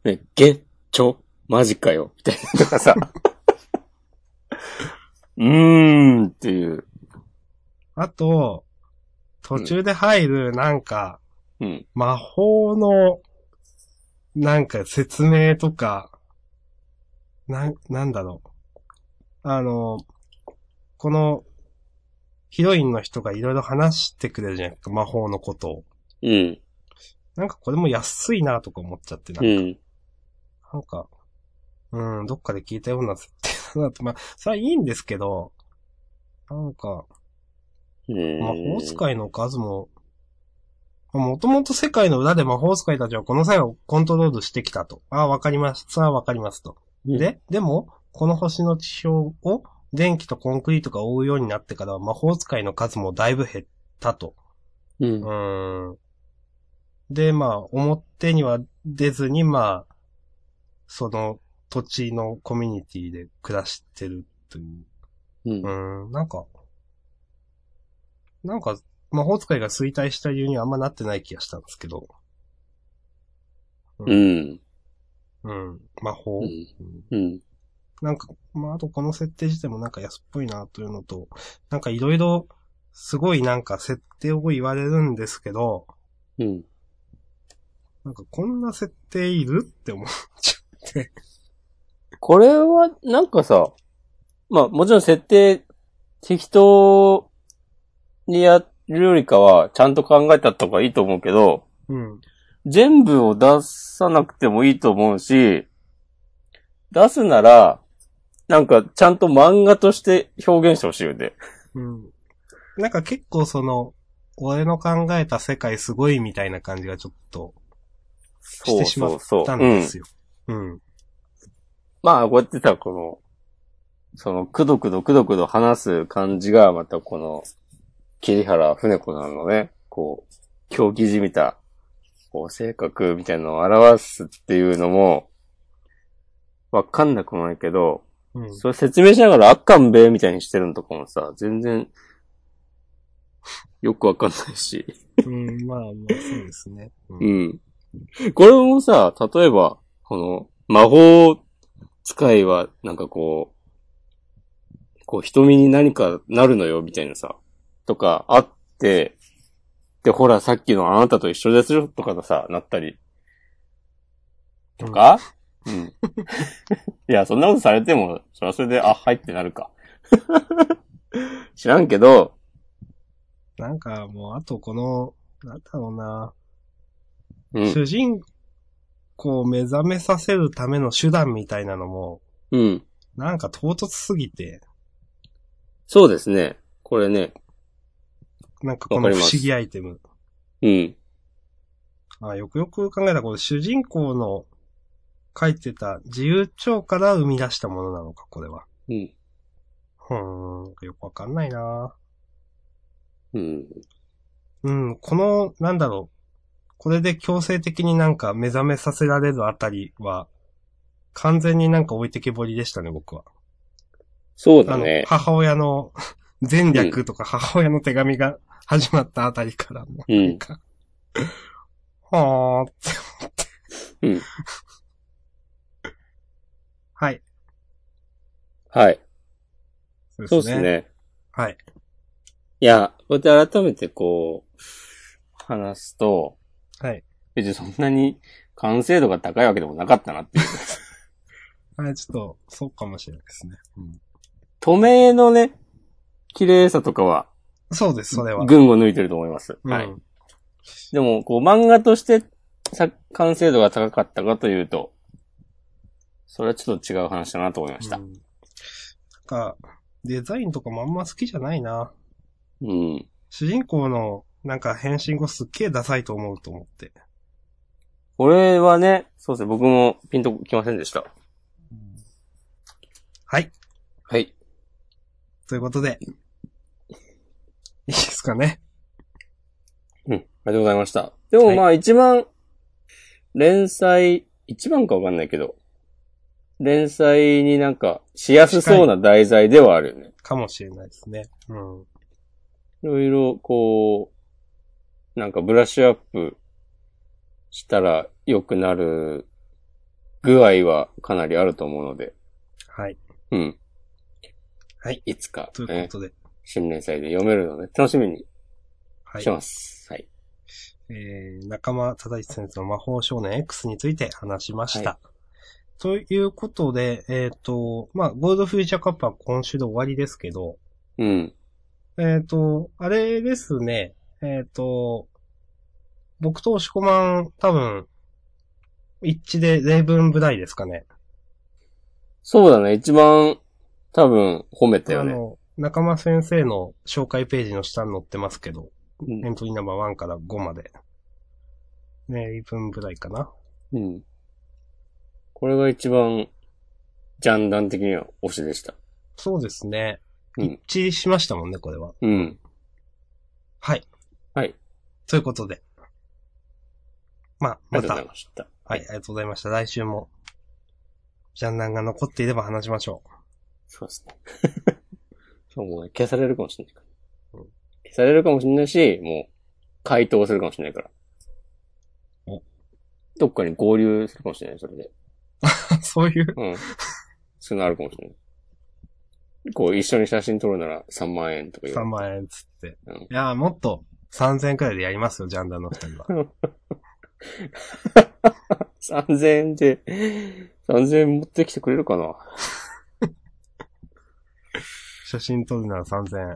S1: ね、げ、ちょ、マジかよ、みたいなとかさ。 うーんっていう。
S2: あと、途中で入る、なんか、
S1: うん。
S2: 魔法の、なんか説明とか、なん、なんだろう。あの、この、ヒロインの人がいろいろ話してくれるじゃないですか、魔法のことを。
S1: うん。
S2: なんかこれも安いなとか思っちゃって、なん
S1: う
S2: か、
S1: ん。
S2: なんか、うん、どっかで聞いたような設定だなと。まあ、それはいいんですけど、なんか、
S1: うん
S2: 魔法使いの数も、もともと世界の裏で魔法使いたちはこの際をコントロールしてきたと。ああ、わかります。さあ、わかりますと。
S1: うん
S2: で、でも、この星の地表を電気とコンクリートが覆うようになってからは魔法使いの数もだいぶ減ったと。
S1: う。
S2: うんーん。で、まあ、表には出ずに、まあ、その土地のコミュニティで暮らしてるという
S1: うん
S2: う。ーん、なんか、なんか、魔法使いが衰退した理由にはあんまなってない気がしたんですけど。
S1: うん。
S2: うん、魔法。
S1: うん
S2: うん
S1: うん。
S2: なんか、まあ、あとこの設定自体もなんか安っぽいなというのと、なんかいろいろ、すごいなんか設定を言われるんですけど、
S1: うん。
S2: なんかこんな設定いるって思う。
S1: これは、なんかさ、まあもちろん設定、適当にやるよりかは、ちゃんと考えた方がいいと思うけど、
S2: うん。
S1: 全部を出さなくてもいいと思うし、出すなら、なんかちゃんと漫画として表現してほしいよね。
S2: うん。なんか結構その、俺の考えた世界すごいみたいな感じがちょっとし
S1: そ
S2: て
S1: う
S2: しま
S1: そ
S2: っ
S1: うそう。
S2: たん
S1: う
S2: で
S1: ん。
S2: すよ。うん。
S1: まあ、こうやってさ、この、その、くどくどくどくど話す感じが、またこの、桐原船子さんのね、こう、狂気じみた、こう、性格みたいなのを表すっていうのも、わかんなくもないけど、
S2: うん。
S1: それ説明しながら、あっかんべーみたいにしてるのとかもさ、全然、よくわかんないし。
S2: うん、まあまあ、そうですね。う。
S1: うんん。これもさ、例えば、この、魔法使いは、なんかこう、こう、瞳に何かなるのよ、みたいなさ、とか、あって、で、ほら、さっきのあなたと一緒ですよ、とかのさ、なったり、とか、うん。 いや、そんなことされても、それはそれで、あ、はいってなるか。 知らんけど、
S2: なんかもう、あとこの、なんだろうな、
S1: うん。
S2: 主人公を目覚めさせるための手段みたいなのも、
S1: うん。
S2: なんか唐突すぎて、
S1: そうですね。これね、
S2: なんかこ
S1: わか
S2: の
S1: り
S2: 不
S1: ます
S2: 思議アイテム。
S1: うん。
S2: あよくよく考えたら、これ主人公の書いてた自由帳から生み出したものなのか、これは。
S1: うん。
S2: うーん、よくわかんないな
S1: うん。
S2: うん、この、なんだろう。これで強制的になんか目覚めさせられるあたりは、完全になんか置いてけぼりでしたね、僕は。
S1: そうだ
S2: あの
S1: ね、。
S2: 母親の 前略とか母親の手紙が始まったあたりからも、
S1: うん
S2: なんか、はーって思って。
S1: うん
S2: はい。
S1: はい。
S2: そう
S1: そうです。ね。
S2: はい。
S1: いや、こうやって改めてこう、話すと、
S2: はい。
S1: 別にそんなに完成度が高いわけでもなかったな っていう。
S2: はい、ちょっと、そうかもしれないですね。うん
S1: 止めのね、綺麗さとかは、
S2: そうです、それは。
S1: 群を抜いてると思います。
S2: うん
S1: はい。でも、こう、漫画としてさ完成度が高かったかというと、それはちょっと違う話だなと思いました
S2: う。んなんか、デザインとかもあんま好きじゃないな。
S1: うん。
S2: 主人公の、なんか変身後すっげえダサいと思うと思って。
S1: これはね、そうですね、僕もピンときませんでした。
S2: はい。
S1: はい。
S2: ということで。いいですかね。
S1: うん。ありがとうございました。でもまあ一番、連載、一番かわかんないけど、連載になんか、しやすそうな題材ではあるよね。
S2: かもしれないですね。うん。
S1: いろいろ、こう、なんかブラッシュアップしたら良くなる具合はかなりあると思うので、
S2: はい。
S1: うん。
S2: はい。
S1: いつか、
S2: という
S1: ね
S2: こ、とで、
S1: 新連載で読めるので、楽しみに
S2: はい
S1: し。ます。はい。
S2: えー、中間忠一先生の魔法少年 X について話しました。
S1: は
S2: ということで、えっ、と、まあ、ゴールドフューチャーカップは今週で終わりですけど、
S1: うん。
S2: えっ、と、あれですね、えっ、と、僕と押し込まん、多分、一致で例文部台ですかね。
S1: そうだね、一番、多分、褒めたよ
S2: あ
S1: ね。
S2: の、中間先生の紹介ページの下に載ってますけど、
S1: うん
S2: エントリーナンバー1から5まで。例文部台かな。
S1: うん。これが一番、ジャンダン的には推しでした。
S2: そうですね。
S1: うん
S2: 一致しましたもんね、これは。
S1: うん。
S2: はい。
S1: はい。
S2: ということで。まあ、
S1: ありが
S2: ま
S1: とうご
S2: た、
S1: ざいました。
S2: はい、ありがとうございました。来週も、ジャンダンが残っていれば話しましょ
S1: そうです ね。そう、もう消されるかもしれないから。
S2: うん
S1: 消されるかもしれないし、もう、回答するかもしれないから。
S2: お
S1: どっかに合流するかもしれない、それで。
S2: う。 そういう、
S1: うん。そういうのあるかもしれない。こう、一緒に写真撮るなら3万円とか言
S2: 3
S1: わ
S2: 万円つって。
S1: うん
S2: いやー、もっと、3000円くらいでやりますよ、ジャンダンの二 人は。
S1: 3000円で、3000円持ってきてくれるかな
S2: 写真撮るなら3000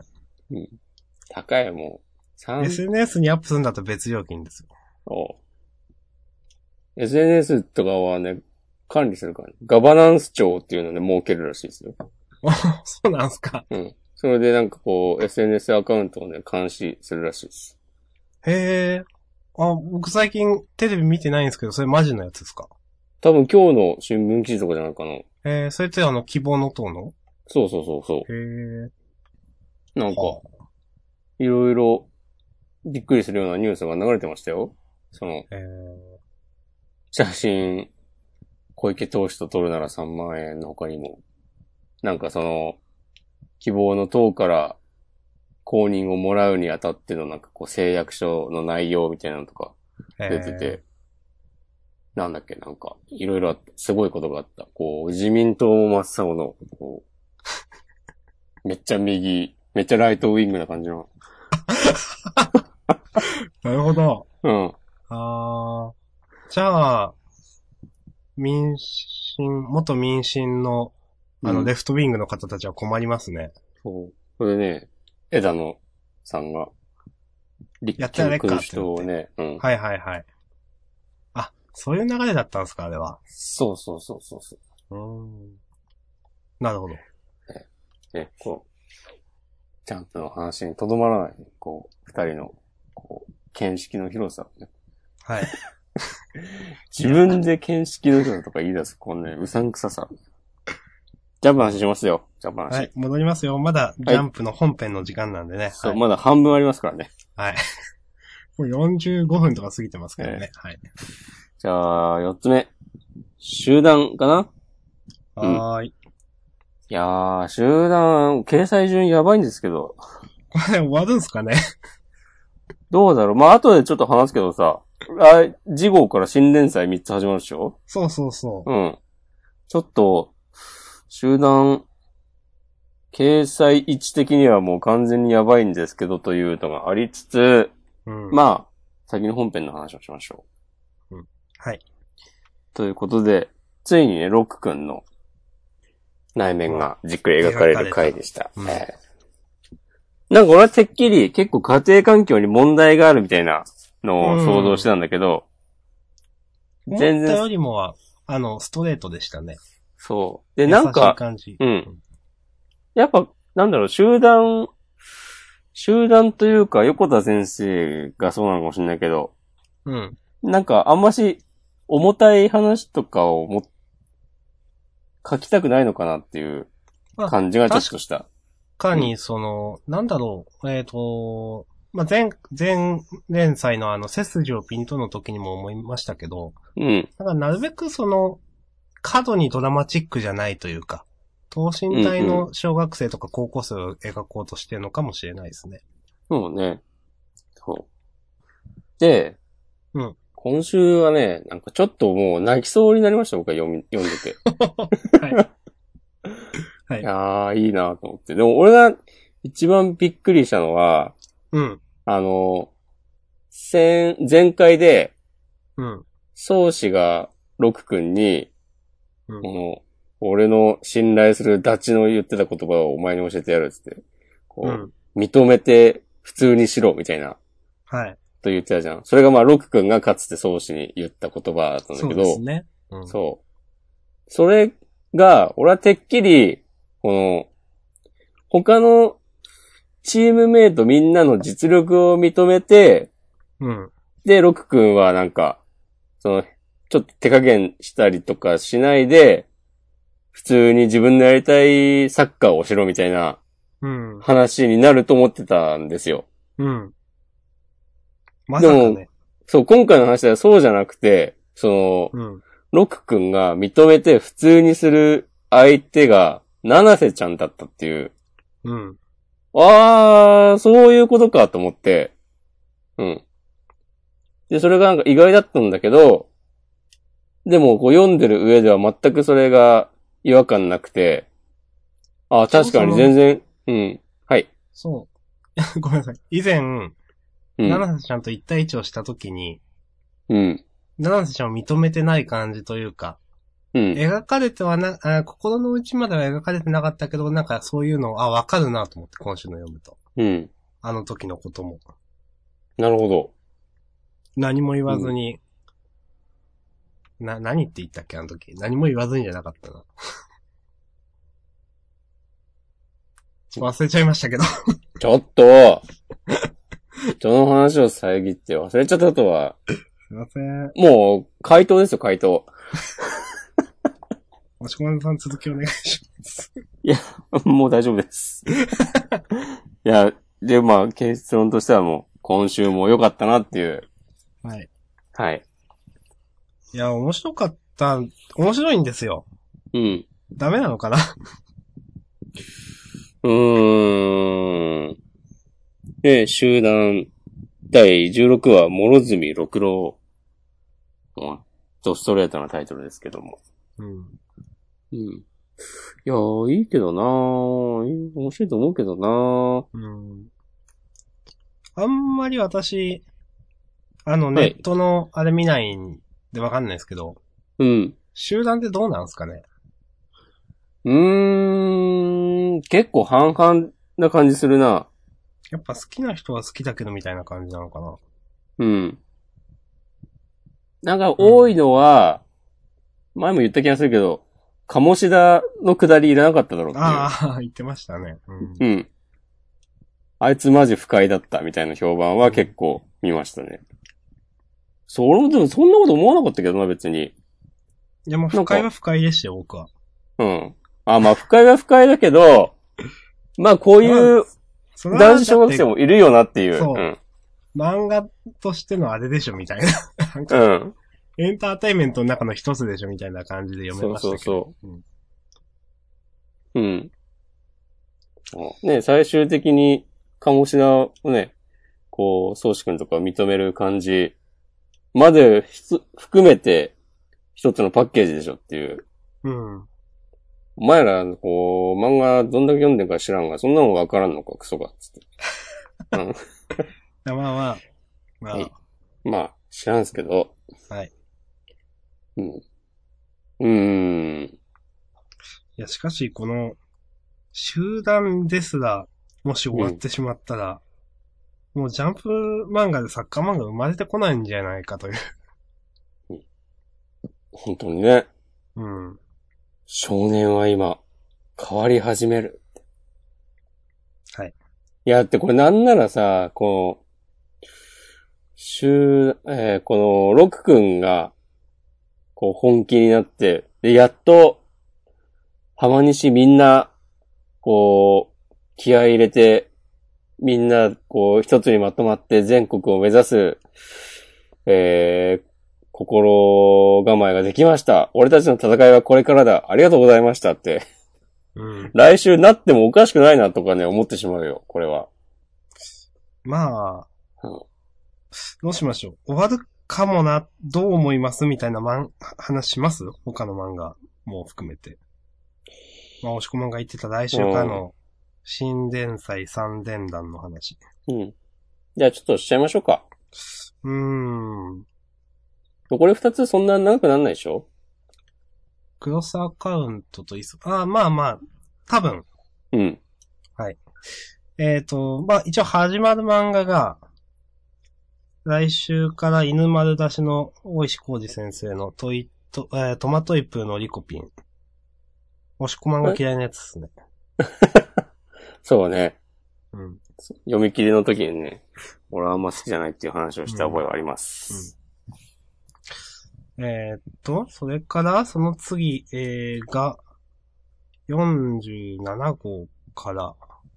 S1: 高い、もう。
S2: 円。
S1: 3
S2: SNS にアップするんだったら別料金ですよ。
S1: おう SNS とかはね、管理するから、ね、ガバナンス庁っていうので、設けるらしいですよ。
S2: そうなんすか。
S1: うん。それでなんかこう、SNS アカウントをね、監視するらしいです。
S2: へえ。あ、僕最近テレビ見てないんですけど、それマジのやつですか
S1: 多分今日の新聞記事とかじゃないかな。
S2: えー、それってあの、希望の塔の
S1: そうそうそうそ
S2: へえ。
S1: う。なんか、
S2: はい
S1: ろいろびっくりするようなニュースが流れてましたよ。その、
S2: えー、
S1: 写真、小池投手と撮るなら3万円の他にも、なんかその、希望の党から公認をもらうにあたってのなんかこう誓約書の内容みたいなのとか
S2: え
S1: 出てて、なんだっけ、なんか、いろいろあった、すごいことがあった。こう、自民党も真っ青の、こう、めっちゃ右、めっちゃライトウィングな感じの、
S2: なるほど。
S1: うん、
S2: あー。じゃあ、民進、元民進の、あ
S1: う
S2: の、
S1: ん
S2: レフトウィングの方たちは困りますね。
S1: そう。それでね、枝野さんが、立
S2: やってやれ
S1: 憲
S2: っか
S1: 君主党をね、うん。
S2: はいはいはい。あ、そういう流れだったんですか、あれは。
S1: そうそうそうそうそう
S2: ーん。なるほど。
S1: う。ね、こう、ジャンプの話にとどまらない、こう、二人の、こう、見識の広さをね。
S2: はい。
S1: 自分で見識の広さとか言い出す、こんね、うさんくささ。ジャンプの話しますよ、ジャンプの話。
S2: はい、戻りますよ。まだ、ジャンプの本編の時間なんでね。
S1: そう、
S2: はい。
S1: まだ半分ありますからね。
S2: はい。もう45分とか過ぎてますけどね。はい。
S1: じゃあ、四つ目。集団かなうん
S2: はーい。
S1: いやー、集団、掲載順やばいんですけど。
S2: これ終わるんすかね
S1: どうだろうまあ、後でちょっと話すけどさ、来、次号から新連載3つ始まるでしょ
S2: そうそうそ
S1: うん。ちょっと、集団、掲載位置的にはもう完全にやばいんですけどというのがありつつ、
S2: う。うん。
S1: まあ、先に本編の話をしましょう。
S2: うんはい。
S1: ということで、ついにね、ロック君の内面がじっくり描かれる回でした。
S2: うん
S1: はいなんか俺はてっきり結構家庭環境に問題があるみたいなのを想像してたんだけど、
S2: 思
S1: 全
S2: った
S1: 然、
S2: よりもは、あの、ストレートでしたね。
S1: そう。で、なん
S2: 優しい
S1: か、
S2: 感じ。
S1: うん。やっぱ、なんだろう、集団、集団というか、横田先生がそうなのかもしれないけど、
S2: うん。
S1: なんかあんまし重たい話とかをも、書きたくないのかなっていう感じがちょっとした。
S2: かに、その、なんだろう、えっ、と、まあ、前、前連載のあの、背筋をピンとの時にも思いましたけど、
S1: うん。
S2: だからなるべくその、過度にドラマチックじゃないというか、等身大の小学生とか高校生を描こうとしてるのかもしれないですね。
S1: そうね。そう。で、
S2: うん
S1: 今週はね、なんかちょっともう泣きそうになりました、僕は読み、読んでて。
S2: はい。
S1: いやー、いいなと思って。でも俺が一番びっくりしたのは、
S2: うん。
S1: あの、先、前回で、
S2: うん。
S1: 宗氏が六君に、
S2: うん
S1: この、俺の信頼するダチの言ってた言葉をお前に教えてやるっつって、こう、
S2: うん。
S1: 認めて普通にしろ、みたいな、
S2: はい。
S1: と
S2: と
S1: 言ってたじゃん。それがまあ、六君がかつて宗氏に言った言葉だったんだ
S2: そ
S1: け
S2: う
S1: ど、
S2: ですね。うん
S1: そう。それが、俺はてっきり、この、他のチームメイトみんなの実力を認めて、
S2: うん。
S1: で、ロク君はなんか、その、ちょっと手加減したりとかしないで、普通に自分のやりたいサッカーをしろみたいな
S2: うん。
S1: 話になると思ってたんですよ。
S2: うん。まさかね。
S1: そう、今回の話ではそうじゃなくて、その、
S2: うん。
S1: ロク君が認めて普通にする相手が、七瀬ちゃんだったっていう。
S2: うん。
S1: あー、そういうことかと思って。うん。で、それがなんか意外だったんだけど、でもこう読んでる上では全くそれが違和感なくて、あー、確かに全然、うん。はい。
S2: そう。 ごめんなさい。以前、
S1: うん。
S2: 七瀬ちゃんと一対一をしたときに、
S1: うん。
S2: 七瀬ちゃんを認めてない感じというか、
S1: うん。
S2: 描かれてはな、あ心の内までは描かれてなかったけど、なんかそういうの、あ、わかるなと思って今週の読むと。
S1: うん。
S2: あの時のことも。
S1: なるほど。
S2: 何も言わずに、な、何って言ったっけあの時。何も言わずにじゃなかったな。ちょ忘れちゃいましたけど。
S1: ちょっと人の話を遮って忘れちゃったとは、
S2: すいません。
S1: もう、回答ですよ、回答。
S2: 押し込まさん続きお願いします。
S1: もう大丈夫です。いや、で、まあ、結論としてはもう、今週も良かったなっていう。
S2: はい。
S1: はい。
S2: いや、面白かった。面白いんですよ。
S1: うん。
S2: ダメなのかな
S1: うーん。で、集団、第16話、諸角六郎。うん。ドストレートなタイトルですけども。
S2: うん。
S1: うん。いやー、いいけどなー。いい面白いと思うけどなー。
S2: うん。あんまり私、あの、
S1: は
S2: ネ
S1: い
S2: ットのあれ見ないんでわかんないですけど、
S1: うん。
S2: 集団ってどうなんですかね
S1: うーん。結構半々な感じするな。
S2: やっぱ好きな人は好きだけどみたいな感じなのかな
S1: うん。なんか多いのは、前も言った気がするけど、鴨志田のくだりいらなかっただろうっていう。
S2: ああ、言ってましたね。うん。
S1: うん。あいつマジ不快だったみたいな評判は結構見ましたね。そう、俺もでもそんなこと思わなかったけどな、別に。
S2: いや、まあ、
S1: なん
S2: 不
S1: か
S2: 快は不快でしたよ、僕は。
S1: うん。あ、まあ不快は不快だけど、まあこういう
S2: それは
S1: 男子小学生
S2: だっ
S1: もいるよなっていう。
S2: そう
S1: うん。
S2: て漫画としてのあれでしょ、みたいな。 なんか、
S1: うん。
S2: エンターテインメントの中の一つでしょ、みたいな感じで読めましたけど。
S1: そう
S2: そうそう。
S1: うん。ね、最終的に、鴨志田をね、こう、宗志くんとか認める感じ、までひつ、含めて、一つのパッケージでしょっていう。
S2: うん。
S1: お前ら、こう、漫画どんだけ読んでるか知らんが、そんなのわからんのか、クソが、つって。
S2: まあまあ、まあ、
S1: はいまあ、知らんすけど。
S2: はい。
S1: うん。うーん。
S2: いや、しかし、この、集団ですら、もし終わってしまったら、もうジャンプ漫画でサッカー漫画生まれてこないんじゃないかという。
S1: 本当にね、
S2: うん。
S1: 少年は今、変わり始める。
S2: はい。
S1: いや、だってこれなんならさ、こう、週、えーこの、ロク君が、こう、本気になって、で、やっと、浜西みんな、こう、気合い入れて、みんな、こう、一つにまとまって全国を目指す、えー心構えができました。俺たちの戦いはこれからだ。ありがとうございましたって。
S2: うん。
S1: 来週なってもおかしくないなとかね、思ってしまうよ、これは。
S2: まあ
S1: うん、
S2: どうしましょう。終わるかもな、どう思いますみたいな漫話します他の漫画も含めて。まあ、押し込まんが言ってた来週からの、新伝祭三伝団の話。
S1: うん。じゃあちょっとしちゃいましょうか。
S2: うーん。
S1: これ二つそんな長くなんないでしょ
S2: クロスアカウントとイソ、ああ、まあまあ、多分、
S1: うん。
S2: えっ、と、まあ、一応始まる漫画が、来週から犬丸出しの大石浩二先生のトイト、えートマトイプーのリコピン。押し込まんが嫌いなやつですね。
S1: そうね。
S2: うん。うん。
S1: 読み切りの時にね、俺はあんま好きじゃないっていう話をした覚えはあります。
S2: えーっと、それから、その次、えー、が、47号から、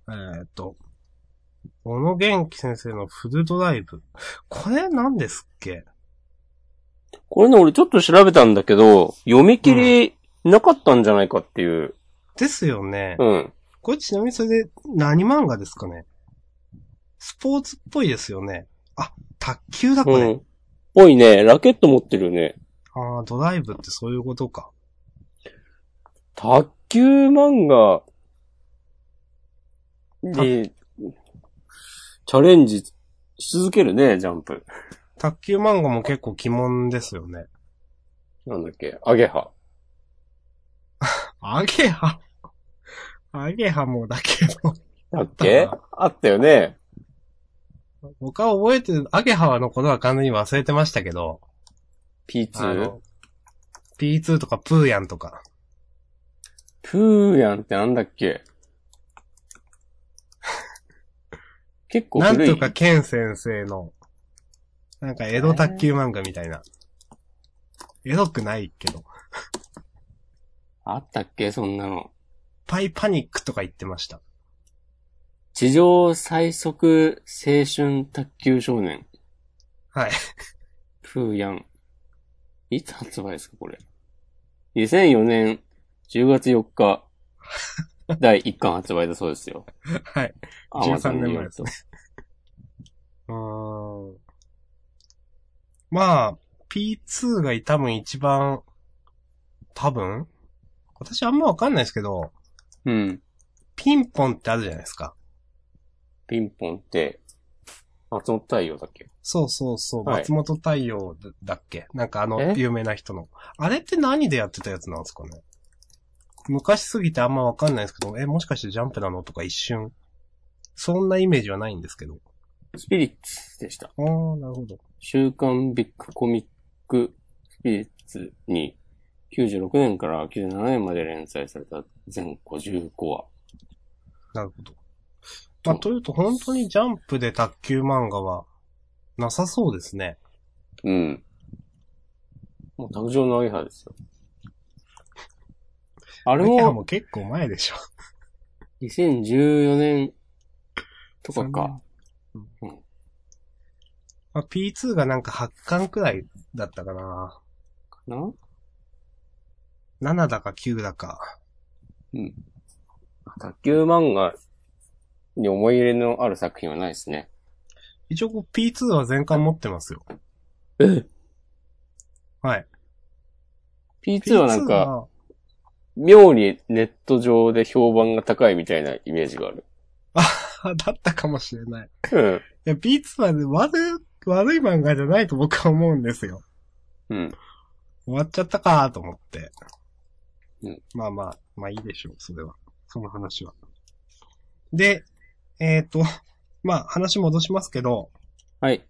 S2: えーっと、小野元気先生のフルドライブ。これ何ですっけ
S1: これね、俺ちょっと調べたんだけど、読み切りなかったんじゃないかっていう。
S2: ですよね。
S1: うん。
S2: これちなみにそれで何漫画ですかねスポーツっぽいですよね。あ、卓球だこ
S1: う
S2: れ。
S1: ん。ぽいね、ラケット持ってるよね。
S2: ああ、ドライブってそういうことか。
S1: 卓球漫画で、チャレンジし続けるね、ジャンプ。
S2: 卓球漫画も結構鬼門ですよね。
S1: なんだっけ、アゲハ。
S2: アゲハ。アゲハもだけど。
S1: だっけ あったよね。
S2: 僕は覚えてる、アゲハはのことは完全に忘れてましたけど。あ
S1: P2?
S2: の、P2 とかプーヤンとか。
S1: プーヤンってなんだっ け結構
S2: なん
S1: 古い。
S2: とかケン先生の、なんか江戸卓球漫画みたいな。エロくないけど。
S1: あったっけそんなの。
S2: パイパニックとか言ってました。
S1: 地上最速青春卓球少年。
S2: はい。
S1: プーヤン。いつ発売ですか、これ。2004年10月4日、 第1巻発売だそうですよ。
S2: はい。
S1: Amazon
S2: 13年前です
S1: による
S2: うーん。まあ、P2 が多分一番、多分私あんまわかんないですけど、
S1: とうん。
S2: ピンポンってあるじゃないですか。
S1: ピンポンって、松本太陽だっけ
S2: そうそうそう、
S1: はい
S2: 松本太陽だっけなんかあの
S1: え、
S2: 有名な人の。あれって何でやってたやつなんですかね昔すぎてあんまわかんないですけど、え、もしかしてジャンプなのとか一瞬。そんなイメージはないんですけど。
S1: スピリッツでした。
S2: あー、なるほど。
S1: 週刊ビッグコミックスピリッツに96年から97年まで連載された全55話。
S2: なるほど。まあ、というと、本当にジャンプで卓球漫画は、なさそうですね。
S1: うん。もう卓上のアゲハです よ。あ
S2: あ
S1: れ
S2: れは
S1: も
S2: もう結構前でしょ。
S1: 2014年とかか。
S2: まあ、P2 がなんか8巻くらいだったかな。
S1: な
S2: 7だか9だか。
S1: 卓球漫画に思い入れのある作品はないですね。
S2: 一応こう P2 は全巻持ってますよ。
S1: え
S2: はい。
S1: P2 はなんか、妙にネット上で評判が高いみたいなイメージがある。
S2: P2 は、だったかもしれない。
S1: うん。
S2: いや、P2 はね、悪い、悪い漫画じゃないと僕は思うんですよ。
S1: うん。
S2: 終わっちゃったかーと思って。
S1: うん
S2: まあまあ、まあいいでしょう、それは。その話は。で、えっ、と、まあ話戻しますけど、
S1: はい。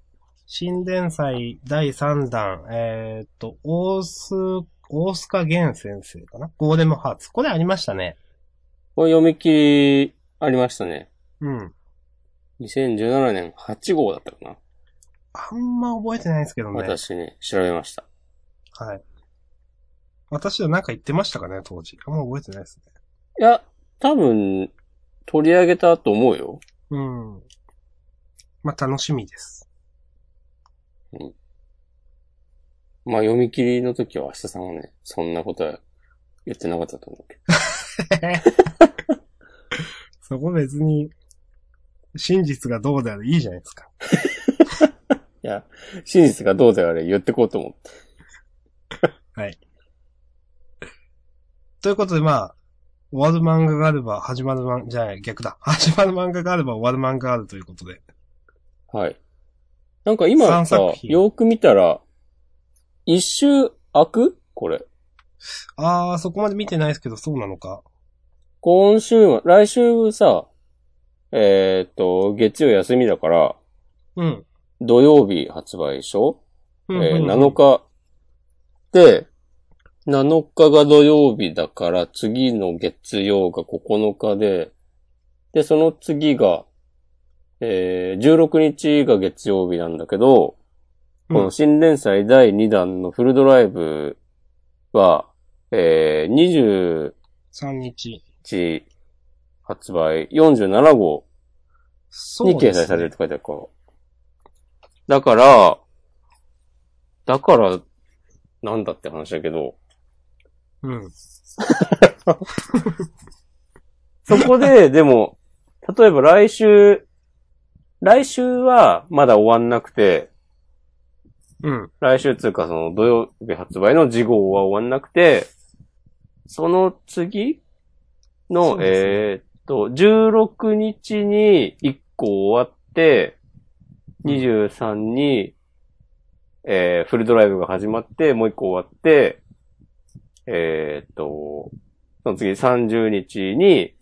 S2: 新伝祭第3弾、えっ、と、大須、大須賀源先生かなゴーレムハーツ。これありましたね。
S1: これ読み切りありましたね。
S2: うん。
S1: 2017年8号だったかな。
S2: あんま覚えてないですけどね。
S1: 私ね、調べました。
S2: はい。私はなんか言ってましたかね、当時。あんま覚えてないですね。
S1: いや、多分、取り上げたと思うよ。
S2: うん。まあ楽しみです。
S1: うんまあ読み切りの時は明日さんはね、そんなことは言ってなかったと思うけど。
S2: そこ別に、真実がどうであれいいじゃないですか。
S1: いや、真実がどうであれ言ってこうと思って。
S2: ということでまあ、終わる漫画があれば始まる漫画、じゃない、逆だ。 始まる漫画があれば終わる漫画があるということで。
S1: はい。なんか今
S2: 三
S1: さ
S2: 作、品
S1: よーく見たら、一周開くこれ。
S2: あー、そこまで見てないですけど、そうなのか。
S1: 今週は、来週さ、えーっと、月曜休みだから、
S2: うん。
S1: 土曜日発売でしょ、
S2: う
S1: え
S2: ん
S1: ー
S2: うん
S1: 7日。で、7日が土曜日だから、次の月曜が9日で、で、その次が、えー16日が月曜日なんだけど、
S2: うん
S1: この新連載第2弾のフルドライブは、えー、20、
S2: 3日。
S1: 日発売47号
S2: そう
S1: に掲
S2: です、
S1: 載されるって書いてあるから。だから、だから、なんだって話だけど、
S2: うん。
S1: そこで、 でも、例えば来週、来週はまだ終わんなくて、
S2: うん。
S1: 来週つうかその土曜日発売の次号は終わんなくて、その次
S2: そ
S1: の、
S2: うですね
S1: えーっと、16日に1個終わって、23に、えー、フルドライブが始まって、もう1個終わって、えーっと、その次30日に、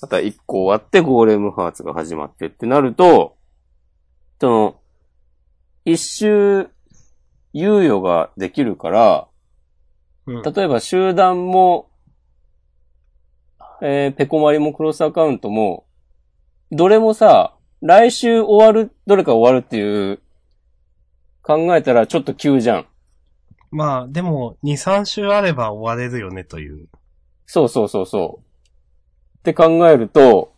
S1: また1個終わって、ゴーレムハーツが始まってってなると、その、一周、猶予ができるから、
S2: うん。
S1: 例えば集団も、えーペコマリもクロスアカウントも、どれもさ、来週終わる、どれか終わるっていう、考えたらちょっと急じゃん。
S2: まあ、でも、2、3週あれば終われるよねという。
S1: そうそうそうそう。って考えると、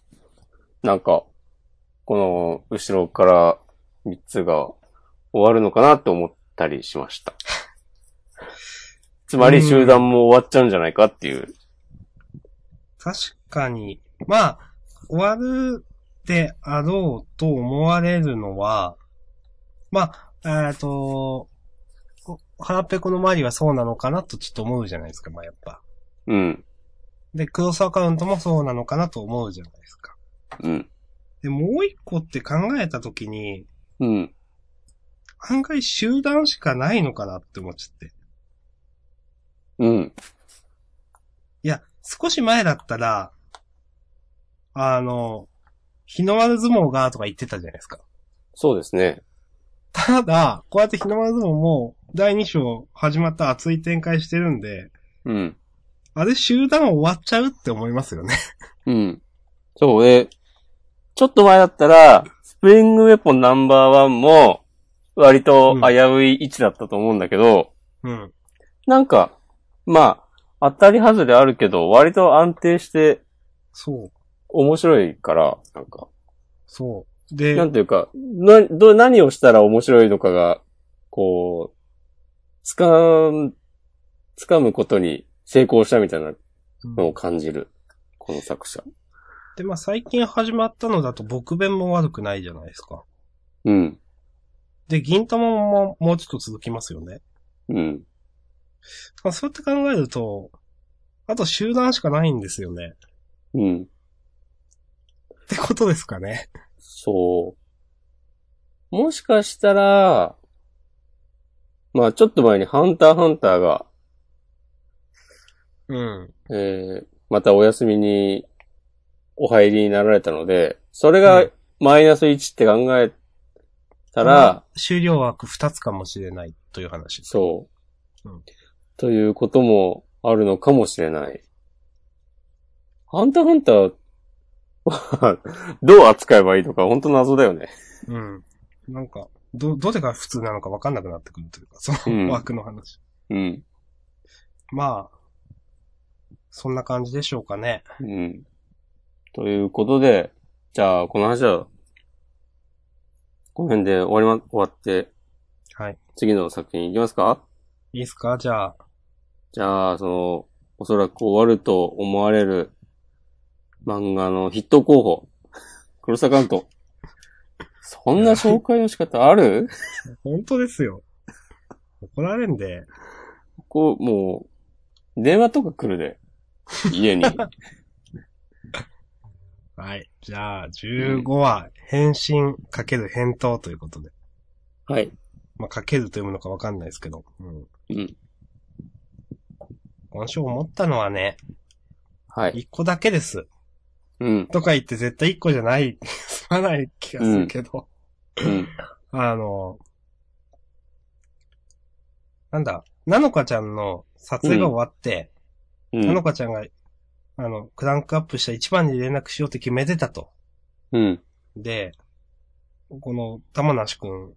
S1: なんか、この、後ろから3つが終わるのかなって思ったりしました。つまり集団も終わっちゃうんじゃないかっていう。
S2: 確かに、まあ、終わるであろうと思われるのは、まあ、えっと、ハラペコの周りはそうなのかなとちょっと思うじゃないですか、まあやっぱ。
S1: うん。
S2: で、クロスアカウントもそうなのかなと思うじゃないですか。
S1: うん。
S2: で、もう一個って考えたときに、
S1: うん。
S2: 案外集団しかないのかなって思っちゃって。
S1: うん。
S2: いや、少し前だったら、あの、日の丸相撲がとか言ってたじゃないですか。
S1: そうですね。
S2: ただ、こうやって日の丸相撲も第2章始まった熱い展開してるんで、
S1: うん。
S2: あれ集団終わっちゃうって思いますよね。
S1: うん。そう、え、ちょっと前だったら、スプリングウェポンナンバーワンも、割と危うい位置だったと思うんだけど、
S2: うん。
S1: なんか、まあ、当たり外れあるけど、割と安定して
S2: そう。
S1: 面白いから、なんか、
S2: そう。で、
S1: なんていうか、な、ど、何をしたら面白いのかが、こう、つかん、つかむことに成功したみたいな
S2: うん
S1: のを感じる、この作者。
S2: で、まあ最近始まったのだと僕弁も悪くないじゃないですか。
S1: うん。
S2: で、銀玉ももうちょっと続きますよね。
S1: うん。
S2: まあそうやって考えると、あと集団しかないんですよね。
S1: うん。
S2: ってことですかね。
S1: そう。もしかしたら、まあちょっと前にハンターハンターが、
S2: うん。
S1: えー、またお休みにお入りになられたので、それ
S2: う
S1: が
S2: ん
S1: マイナス1って考えたら、
S2: まあ、終了枠2つかもしれないという話です。
S1: そう、
S2: うん
S1: ということもあるのかもしれない。ハンターハンターは どう扱えばいいのか本当謎だよね。
S2: うん。なんか、ど、どれが普通なのか分かんなくなってくるというか、そ
S1: うん
S2: の枠の話。
S1: うん。
S2: まあ、そんな感じでしょうかね。
S1: うん。ということで、じゃあ、この話は、この辺で終わりま、終わって、
S2: はい。
S1: 次の作品いきますか
S2: いいっすかじゃあ、
S1: じゃあ、その、おそらく終わると思われる漫画のヒット候補。黒坂関東。そんな紹介の仕方ある
S2: 本当ですよ。怒られんで。
S1: こう、もう、電話とか来るで。家 に。
S2: はい。じゃあ、15話、返信かける返答ということで。
S1: はい。
S2: まあ、かけると読むのかわかんないですけど。うん。
S1: うん。
S2: 今週思ったのはね、
S1: はい。
S2: 1個だけです。
S1: うん。
S2: とか言って絶対1個じゃない、 すまない気がするけど。
S1: うん。
S2: あの、なんだ、なのかちゃんの撮影が終わって、
S1: う
S2: なの
S1: ん。
S2: かちゃんが、あの、クランクアップした一番に連絡しようって決めてたと。
S1: うん。
S2: で、この玉梨くん、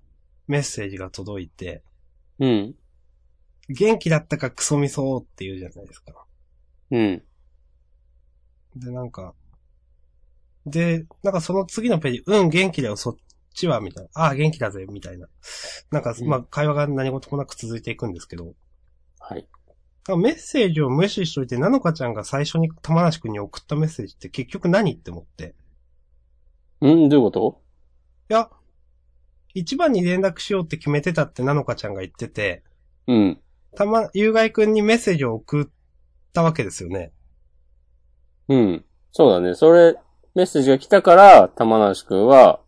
S2: メッセージが届いて、
S1: うん。
S2: 元気だったかクソみそって言うじゃないですか。
S1: うん。
S2: で、なんか、で、なんかその次のページ、うん、元気だよ、そっちは、みたいな。ああ、元気だぜ、みたいな。なんか、
S1: うん
S2: まあ、会話が何事もなく続いていくんですけど、
S1: はい。
S2: 多分メッセージを無視しといて、なのかちゃんが最初に玉梨くんに送ったメッセージって結局何って思って。
S1: うん、どういうこと
S2: いや、一番に連絡しようって決めてたってなのかちゃんが言ってて、
S1: うん。
S2: たま、有害くんにメッセージを送ったわけですよね。
S1: うん。そうだね。それ、メッセージが来たから、玉梨くんは、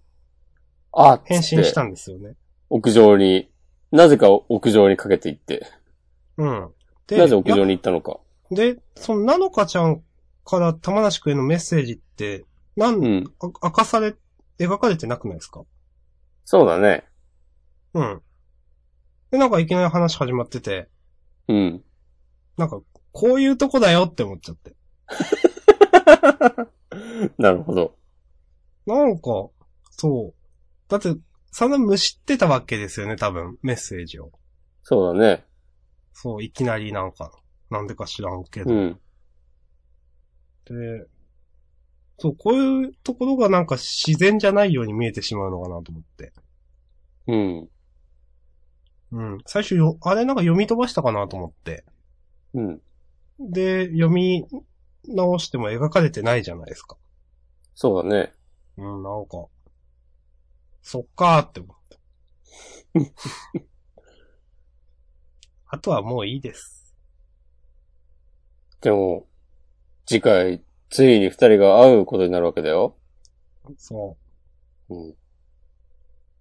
S1: あっつって
S2: 返信したんですよね。
S1: 屋上に、なぜか屋上にかけていって。
S2: うん。で
S1: なぜ屋
S2: いや
S1: 上に行ったのか。
S2: で、その、なのかちゃんから玉梨くんへのメッセージって、なん、
S1: うん。
S2: あ明かされ、描かれてなくないですか
S1: そうだね。
S2: うん。で、なんかいきなり話始まってて、
S1: うん。
S2: なんか、こういうとこだよって思っちゃって。
S1: なるほど。
S2: なんか、そう。だって、そんな無視ってたわけですよね、多分、メッセージを。
S1: そうだね。
S2: そう、いきなりなんか、なんでか知らんけど。
S1: うん。
S2: で、そう、こういうところがなんか自然じゃないように見えてしまうのかなと思って。
S1: うん。
S2: うん。最初よ、あれなんか読み飛ばしたかなと思って。
S1: うん。
S2: で、読み直しても描かれてないじゃないですか。
S1: そうだね。
S2: うん、なんか、そっかーって思 った。あとはもういいです。
S1: でも、次回、ついに二人が会うことになるわけだよ。
S2: そう。
S1: うん。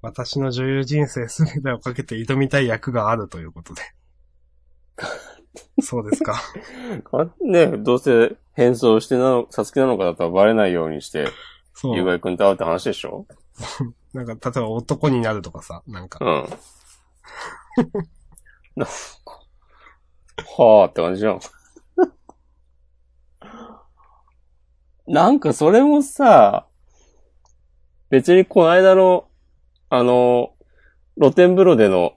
S2: 私の女優人生すべてをかけて挑みたい役があるということで。そうですか。
S1: あねどうせ変装してなの、サスケなのかだったらバレないようにして、
S2: そ
S1: ゆう
S2: う。
S1: がいくんと会うって話でしょ
S2: なんか、例えば男になるとかさ、なんか
S1: う。ん。なん かはあって感じじゃん。 なんかそれもさ、別にこの間の、あの、露天風呂での、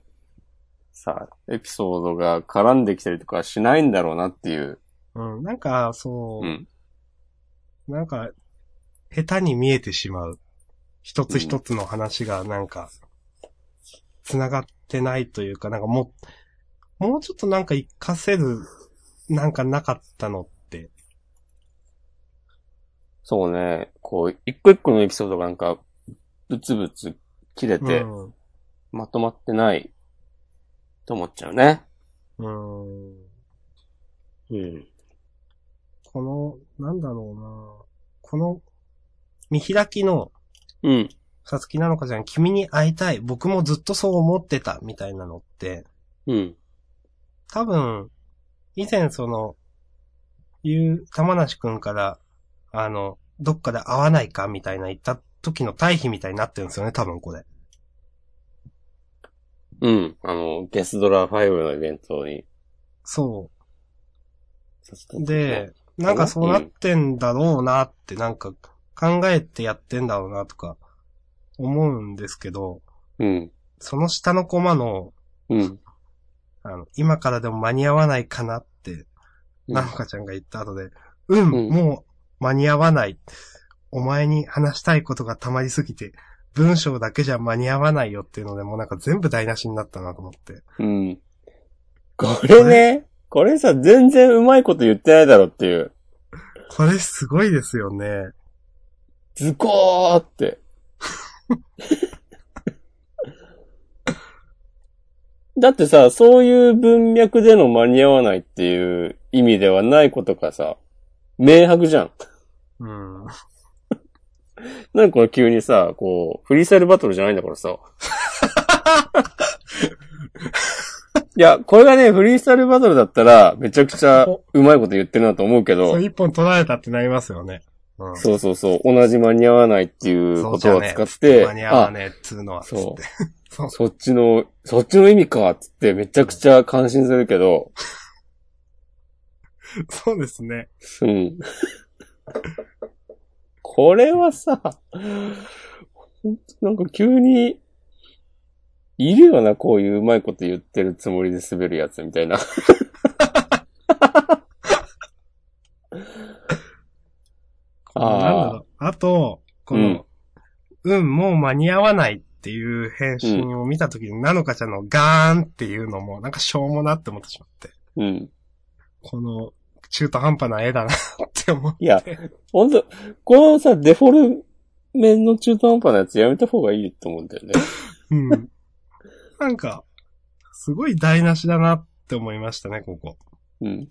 S1: さ、エピソードが絡んできたりとかしないんだろうなっていう。
S2: うん、なんか、そうう、
S1: ん。
S2: なんか、下手に見えてしまう。一つ一つの話が、なんか、繋がってないというか、なんかもう、もうちょっとなんか活かせる、なんかなかったのって。
S1: そうね。こう、一個一個のエピソードがなんか、ブツブツ切れて、
S2: うん
S1: まとまってない、と思っちゃうね。
S2: うん。
S1: うん。
S2: この、なんだろうなこの、見開きの、
S1: うん。
S2: さつきなのかちゃん、君に会いたい。僕もずっとそう思ってた、みたいなのって、
S1: うん。
S2: 多分、以前その、言う、玉梨くんから、あの、どっかで会わないか、みたいな言った時の対比みたいになってるんですよね、多分これ。
S1: うん。あの、ゲスドラ5のイベントに。
S2: そ、う。で、なんかそうなってんだろうなって、なんか考えてやってんだろうなとか、思うんですけど、
S1: うん。
S2: その下のコマの、
S1: うん。
S2: あの、今からでも間に合わないかなって、
S1: うん
S2: なのかちゃんが言った後で、うん、
S1: うん
S2: もう間に合わない。お前に話したいことが溜まりすぎて、文章だけじゃ間に合わないよっていうので、もうなんか全部台無しになったなと思って。
S1: うん。これね、これさ、全然うまいこと言ってないだろっていう。
S2: これすごいですよね。
S1: ズコー って。だってさ、そういう文脈での間に合わないっていう意味ではないことがさ、明白じゃん。
S2: うん。
S1: なんかこれ急にさ、こう、フリースタイルバトルじゃないんだから さ。いや、これがね、フリースタイルバトルだったら、めちゃくちゃうまいこと言ってるなと思うけ
S2: そ
S1: ど
S2: う、、一本取られたってなりますよね。うん。
S1: そうそうそう、同じ間に合わないっていうことを使って、
S2: 間に合
S1: あ
S2: わ、ねえっつうのは、つっ
S1: そ
S2: て。
S1: そっちの、そっちの意味か、つってめちゃくちゃ感心するけど、
S2: そうですね。
S1: うん。これはさ、ほんとなんか急に、いるよな、こういううまいこと言ってるつもりで滑るやつみたいな。
S2: なんだ
S1: ああ、
S2: ろう。あと、この、うん、もう間に合わないっていう返信を見たときに、なのかちゃんのガーンっていうのも、なんかしょうもなって思ってしまって。
S1: うん。
S2: この、中途半端な絵だなって思う。
S1: いや、ほんと、このさ、デフォルメの中途半端なやつやめた方がいいと思うんだよね。
S2: うん。なんか、すごい台無しだなって思いましたね、ここ。
S1: うん。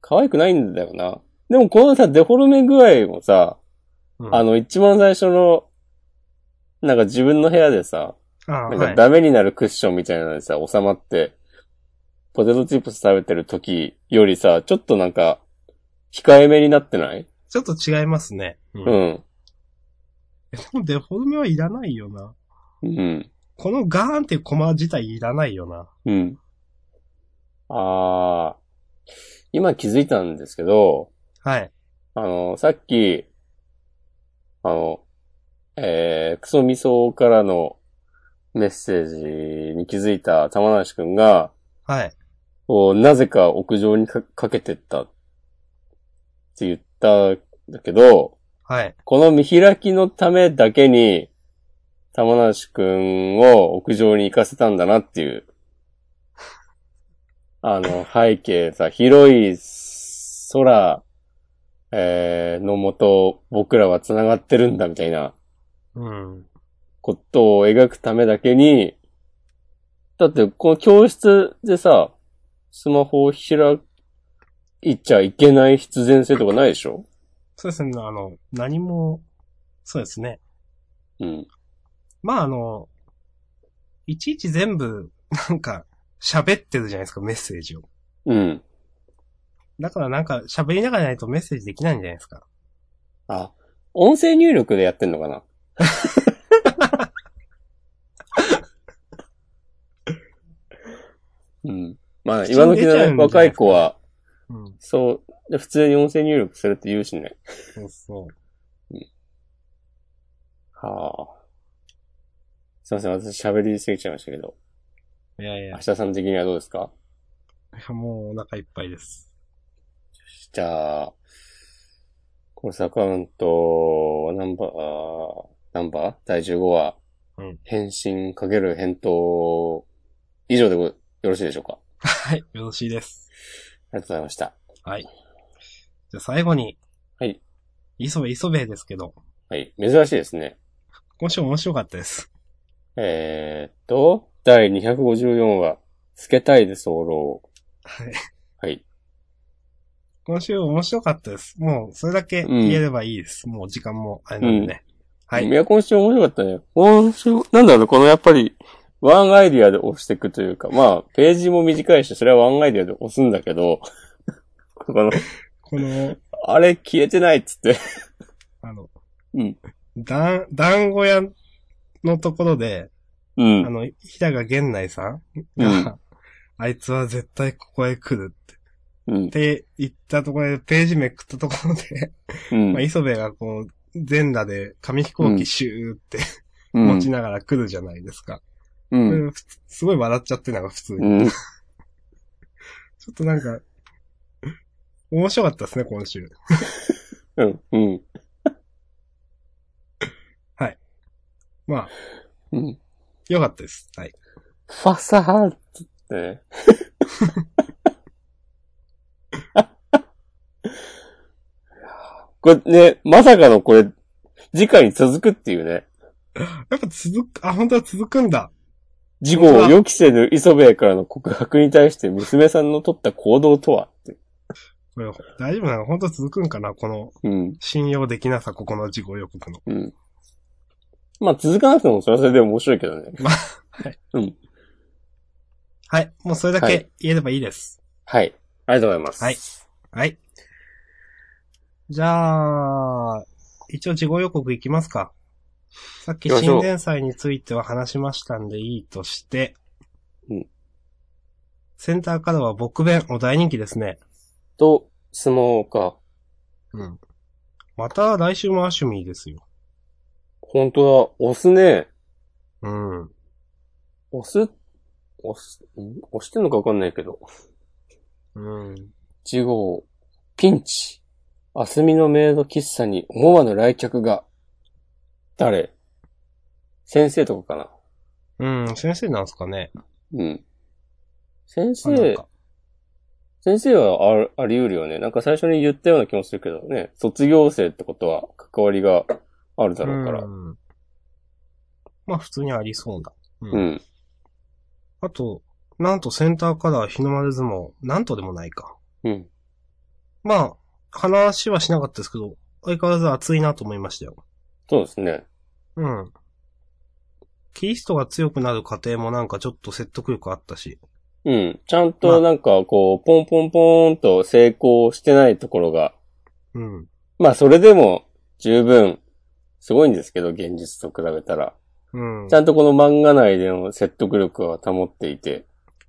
S1: 可愛くないんだよな。でもこのさ、デフォルメ具合もさ、
S2: うん、
S1: あの、一番最初の、なんか自分の部屋でさ、
S2: ああ、
S1: なん
S2: は
S1: か
S2: い。
S1: ダメになるクッションみたいなのでさ、収まって、ポテトチップス食べてる時よりさ、ちょっとなんか、控えめになってない
S2: ちょっと違いますね。うん
S1: う。ん。
S2: でもデフォルメはいらないよな。
S1: うん。
S2: このガーンっていうコマ自体いらないよな。
S1: うん。あー。今気づいたんですけど、
S2: はい。
S1: あの、さっき、あの、えー、クソミソからのメッセージに気づいた玉梨くんが、
S2: はい。
S1: こうなぜか屋上にかかけてったって言ったんだけど、
S2: はい。
S1: この見開きのためだけに、玉梨くんを屋上に行かせたんだなっていう。あの、背景さ、広い空、えーのもと、僕らは繋がってるんだみたいな
S2: うん。
S1: ことを描くためだけに、だって、この教室でさ、スマホを開いちゃいけない必然性とかないでしょ
S2: そうですね、あの、何も、そうですね。
S1: うん。
S2: まああの、いちいち全部、なんか、喋ってるじゃないですか、メッセージを。
S1: うん。
S2: だからなんか、喋りながらやないとメッセージできないんじゃないですか。
S1: あ、音声入力でやってんのかな うん。まあ、今時の若い子は、
S2: うん。
S1: そう、普通に音声入力するって言うしね。
S2: そうそう。
S1: はあ。すいません、私喋りすぎちゃいましたけど。
S2: いやいや
S1: 明、日さん的にはどうですか
S2: もうお腹いっぱいです。
S1: じゃあ、コースアカウント、ナンバー、ナンバー第15話、
S2: うん
S1: 返信かける返答、以上でごよろしいでしょうか
S2: はい、よろしいです。
S1: ありがとうございました。
S2: はい。じゃあ最後に。
S1: はい。
S2: 磯部磯部ですけど、
S1: はい。珍しいですね。
S2: 今週面白かったです。
S1: えー、っと、第254話、つけたいで候。
S2: はい。
S1: はい。
S2: 今週面白かったです。もう、それだけ言えればいいです。もう時間もあれなんでね。はい。
S1: いや、今週面白かったね。今週、なんだろう、このやっぱり、ワンアイディアで押していくというか、まあ、ページも短いし、それはワンアイディアで押すんだけど、この、
S2: この、
S1: あれ消えてないっつって。
S2: あの、
S1: うん。
S2: だん、団子屋のところで、
S1: う
S2: あ
S1: ん。
S2: の、平賀源内さん
S1: う
S2: が、
S1: ん
S2: あいつは絶対ここへ来る
S1: うん
S2: っ。て言ったところで、ページめくったところで、
S1: う
S2: まあ、
S1: ん。
S2: 磯部がこう、全裸で紙飛行機シューって、持ちながら来るじゃないですか。
S1: うん。
S2: うんふつすごい笑っちゃって、なんか普通に。
S1: うん。
S2: ちょっとなんか、面白かったですね、今週。
S1: うん。うん。
S2: まあ、
S1: うん。
S2: 良かったです。はい。
S1: ファサーっつってね。 これね、まさかのこれ、次回に続くっていうね。
S2: やっぱ続く、あ、本当は続くんだ。
S1: 事後を予期せぬ磯部からの告白に対して娘さんの取った行動とはって
S2: これ、大丈夫なの本当は続くんかなこの、
S1: うん。
S2: 信用できなさ、ここの事後予告の。
S1: うん。まあ続かなくてもそれはそれで面白いけどね。
S2: まあ、
S1: はい。うん。
S2: はい。もうそれだ
S1: は
S2: け
S1: い
S2: 言えればいいです。
S1: はい。ありがとうございます。
S2: はい。はい。じゃあ、一応事後予告いきますか。さっき
S1: 行きましょ
S2: 新
S1: う
S2: 連載については話しましたんでいいとして。
S1: うん
S2: センターからは僕弁、お大人気ですね。
S1: と、相撲か。
S2: うん。また来週もアシュミーですよ。
S1: 本当だ。押すね。
S2: うん。
S1: 押す、押す、ん押してんのかわかんないけど。
S2: うん。
S1: 1号、ピンチ。あすみのメイド喫茶に思わぬ来客が。誰先生とかか
S2: うん、先生なんすかね。
S1: なうん。先
S2: あなん
S1: 生、
S2: か
S1: 先生はあるあり得るよね。なんか最初に言ったような気もするけどね。卒業生ってことは関わりがあるだろうから。うん。
S2: んまあ普通にありそうだ。うん
S1: うん。
S2: あと、なんとセンターカラー日の丸相撲、なんとでもないか。まあ、話はしなかったですけど、相変わらず熱いなと思いましたよ。
S1: そうですね。
S2: うん。キリストが強くなる過程もなんかちょっと説得力あったし。
S1: うん。ちゃんとなんかこう、ポンポンポーンと成功してないところが、
S2: うん。
S1: まあそれでも十分すごいんですけど、現実と比べたら。
S2: うん
S1: ち。ゃんとこの漫画内での説得力は保っていて。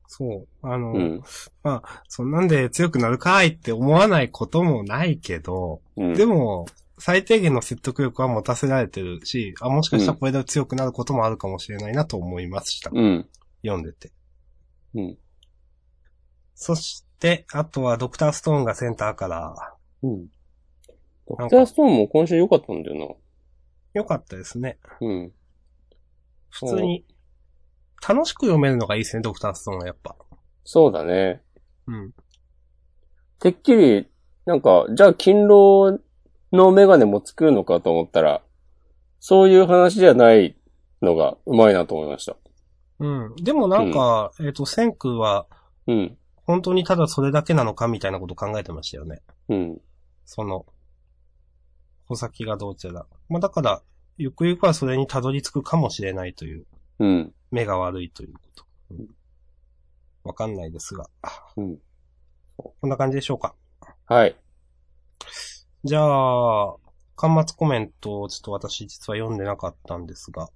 S2: そう。あの、
S1: うん。
S2: まあ、そんなんで強くなるかいって思わないこともないけど、
S1: うん。
S2: でも、最低限の説得力は持たせられてるし、あ、もしかしたらこれで強くなることもあるかもしれないなと思いました。
S1: うん。
S2: 読んでて。
S1: うん。
S2: そして、あとはドクターストーンがセンターから、
S1: うん。ド
S2: な
S1: ク
S2: んか
S1: ターストーンも今週良かったんだよ
S2: 良かったですね。
S1: な。うん。
S2: 普通に、楽しく読めるのがいいですね、ドクターストーンはやっぱ。
S1: そうだね。
S2: うん。
S1: てっきり、なんか、じゃあ勤労のメガネも作るのかと思ったら、そういう話じゃないのがうまいなと思いました。
S2: うん。でもなんか、えっ、と、千空は、
S1: うん。
S2: 本当にただそれだけなのかみたいなこと考えてましたよね。
S1: うん。
S2: その、穂先がどうちゃら。まあだから、ゆくゆくはそれにたどり着くかもしれないという。
S1: うん。
S2: 目が悪いということ。うんわかんないですが。あ
S1: うん
S2: こんな感じでしょうか。
S1: はい。
S2: じゃあ、端末コメントをちょっと私実は読んでなかったんですが。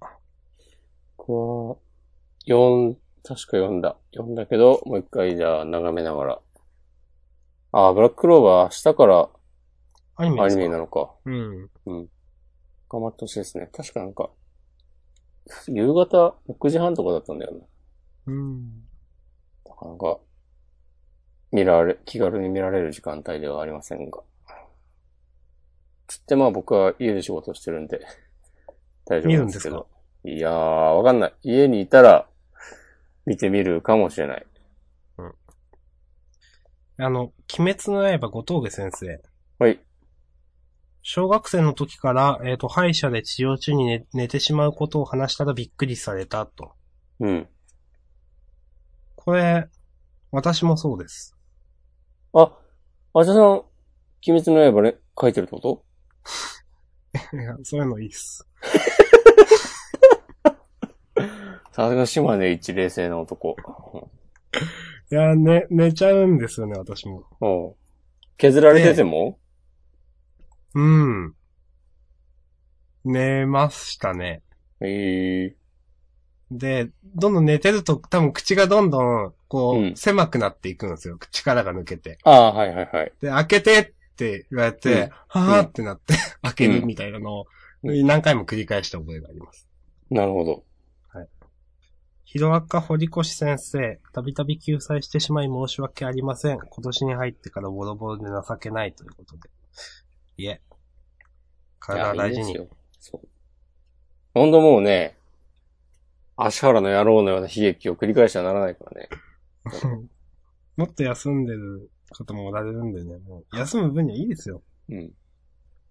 S1: こう、読ん、確か読んだ。読んだけど、もう一回じゃあ眺めながら。あー、ブラッククローバー明日から
S2: アニメ
S1: ア
S2: で
S1: ニ
S2: す
S1: メ
S2: か
S1: なのか。
S2: うん。
S1: 頑張ってほしいですね。確かなんか、夕方6時半とかだったんだよな。
S2: うん。
S1: なかなか、見られ、気軽に見られる時間帯ではありませんが。つってまあ僕は家で仕事してるんで、大丈夫なんですけ
S2: 見る
S1: ど。いやー、わかんない。家にいたら、見てみるかもしれない。
S2: あの、鬼滅の刃後峠先生。
S1: はい。
S2: 小学生の時から、えっ、と、歯医者で治療中に寝寝てしまうことを話したらびっくりされたと。
S1: うん。
S2: これ、私もそうです。
S1: あ、あじゃさん、鬼滅の刃ね、書いてるってこと
S2: いやそういうのいいっす。
S1: さすが島根一冷静な男。
S2: いや、ね、寝ちゃうんですよね、私も。
S1: うん。削られてても、
S2: うん。寝ましたね。
S1: ええ
S2: で、どんどん寝てると多分口がどんどん、こう、
S1: うん
S2: 狭くなっていくんですよ。力が抜けて。
S1: ああ、はいはいはい。
S2: で、開けてって言われて、はーってなって、開けるみたいなの
S1: う
S2: を、
S1: ん
S2: 何回も繰り返した覚えがあります。
S1: なるほど。
S2: ヒロアカ堀越先生、たびたび救済してしまい申し訳ありません。今年に入ってからボロボロで情けないということで。いえ。体はい
S1: やい
S2: 大
S1: い
S2: 事
S1: で
S2: に
S1: す。よ。そう。ほんともうね、足原の野郎のような悲劇を繰り返してはならないからね。
S2: もっと休んでる方もおられるんでね、もう、休む分にはいいですよ。
S1: うん。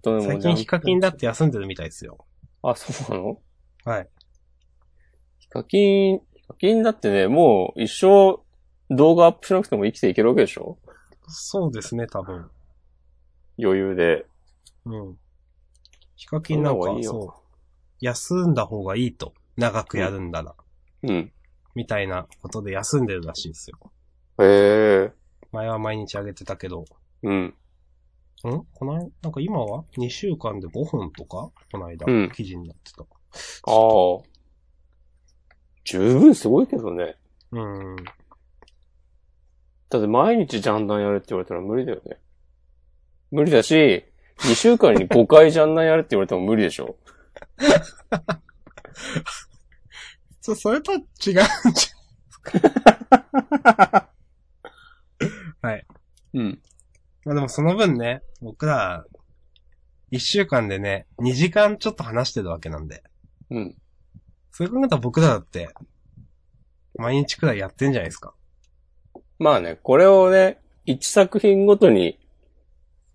S1: どれも
S2: 最
S1: ジャン
S2: 近
S1: プ
S2: ヒカキンだって休んでるみたいですよ。
S1: あ、そうなの
S2: はい。
S1: ヒカキン、ヒカキンだってね、もう一生動画アップしなくても生きていけるわけでしょ
S2: そうですね、多分。
S1: 余裕で。
S2: うん。ヒカキンなん
S1: そんな方
S2: か
S1: がいい、よ
S2: そう。休んだ方がいいと。長くやるんだら。
S1: うん。
S2: みたいなことで休んでるらしいですよ。
S1: へえ。
S2: 前は毎日あげてたけど。ん
S1: うん。
S2: この間、なんか今は ?2 週間で5本とかこの間
S1: うん、
S2: 記事になってた。
S1: ああ。十分すごいけどね。
S2: うん。
S1: だって毎日ジャンダンやれって言われたら無理だよね。無理だし、2週間に5回ジャンダンやれって言われても無理でしょ。
S2: そ、それとは違うんじゃないですか。はい。
S1: うん。
S2: まあでもその分ね、僕ら、1週間でね、2時間ちょっと話してるわけなんで。
S1: うん。
S2: そういう考えたら僕らだって、毎日くらいやってんじゃないですか。
S1: まあね、これをね、1作品ごとに、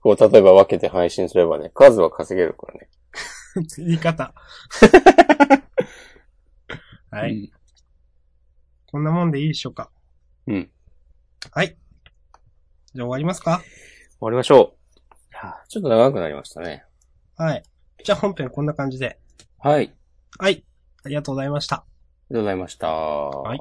S1: こう、例えば分けて配信すればね、数は稼げるからね。
S2: 言い方。 はい、
S1: うん。
S2: こんなもんでいいでしょうか。
S1: うん。
S2: はい。じゃあ終わりますか
S1: 終わりましょう。いやーちょっと長くなりましたね。
S2: はい。じゃあ本編こんな感じで。
S1: はい。あり
S2: はい。ありがとうございました。
S1: がとうございました。はい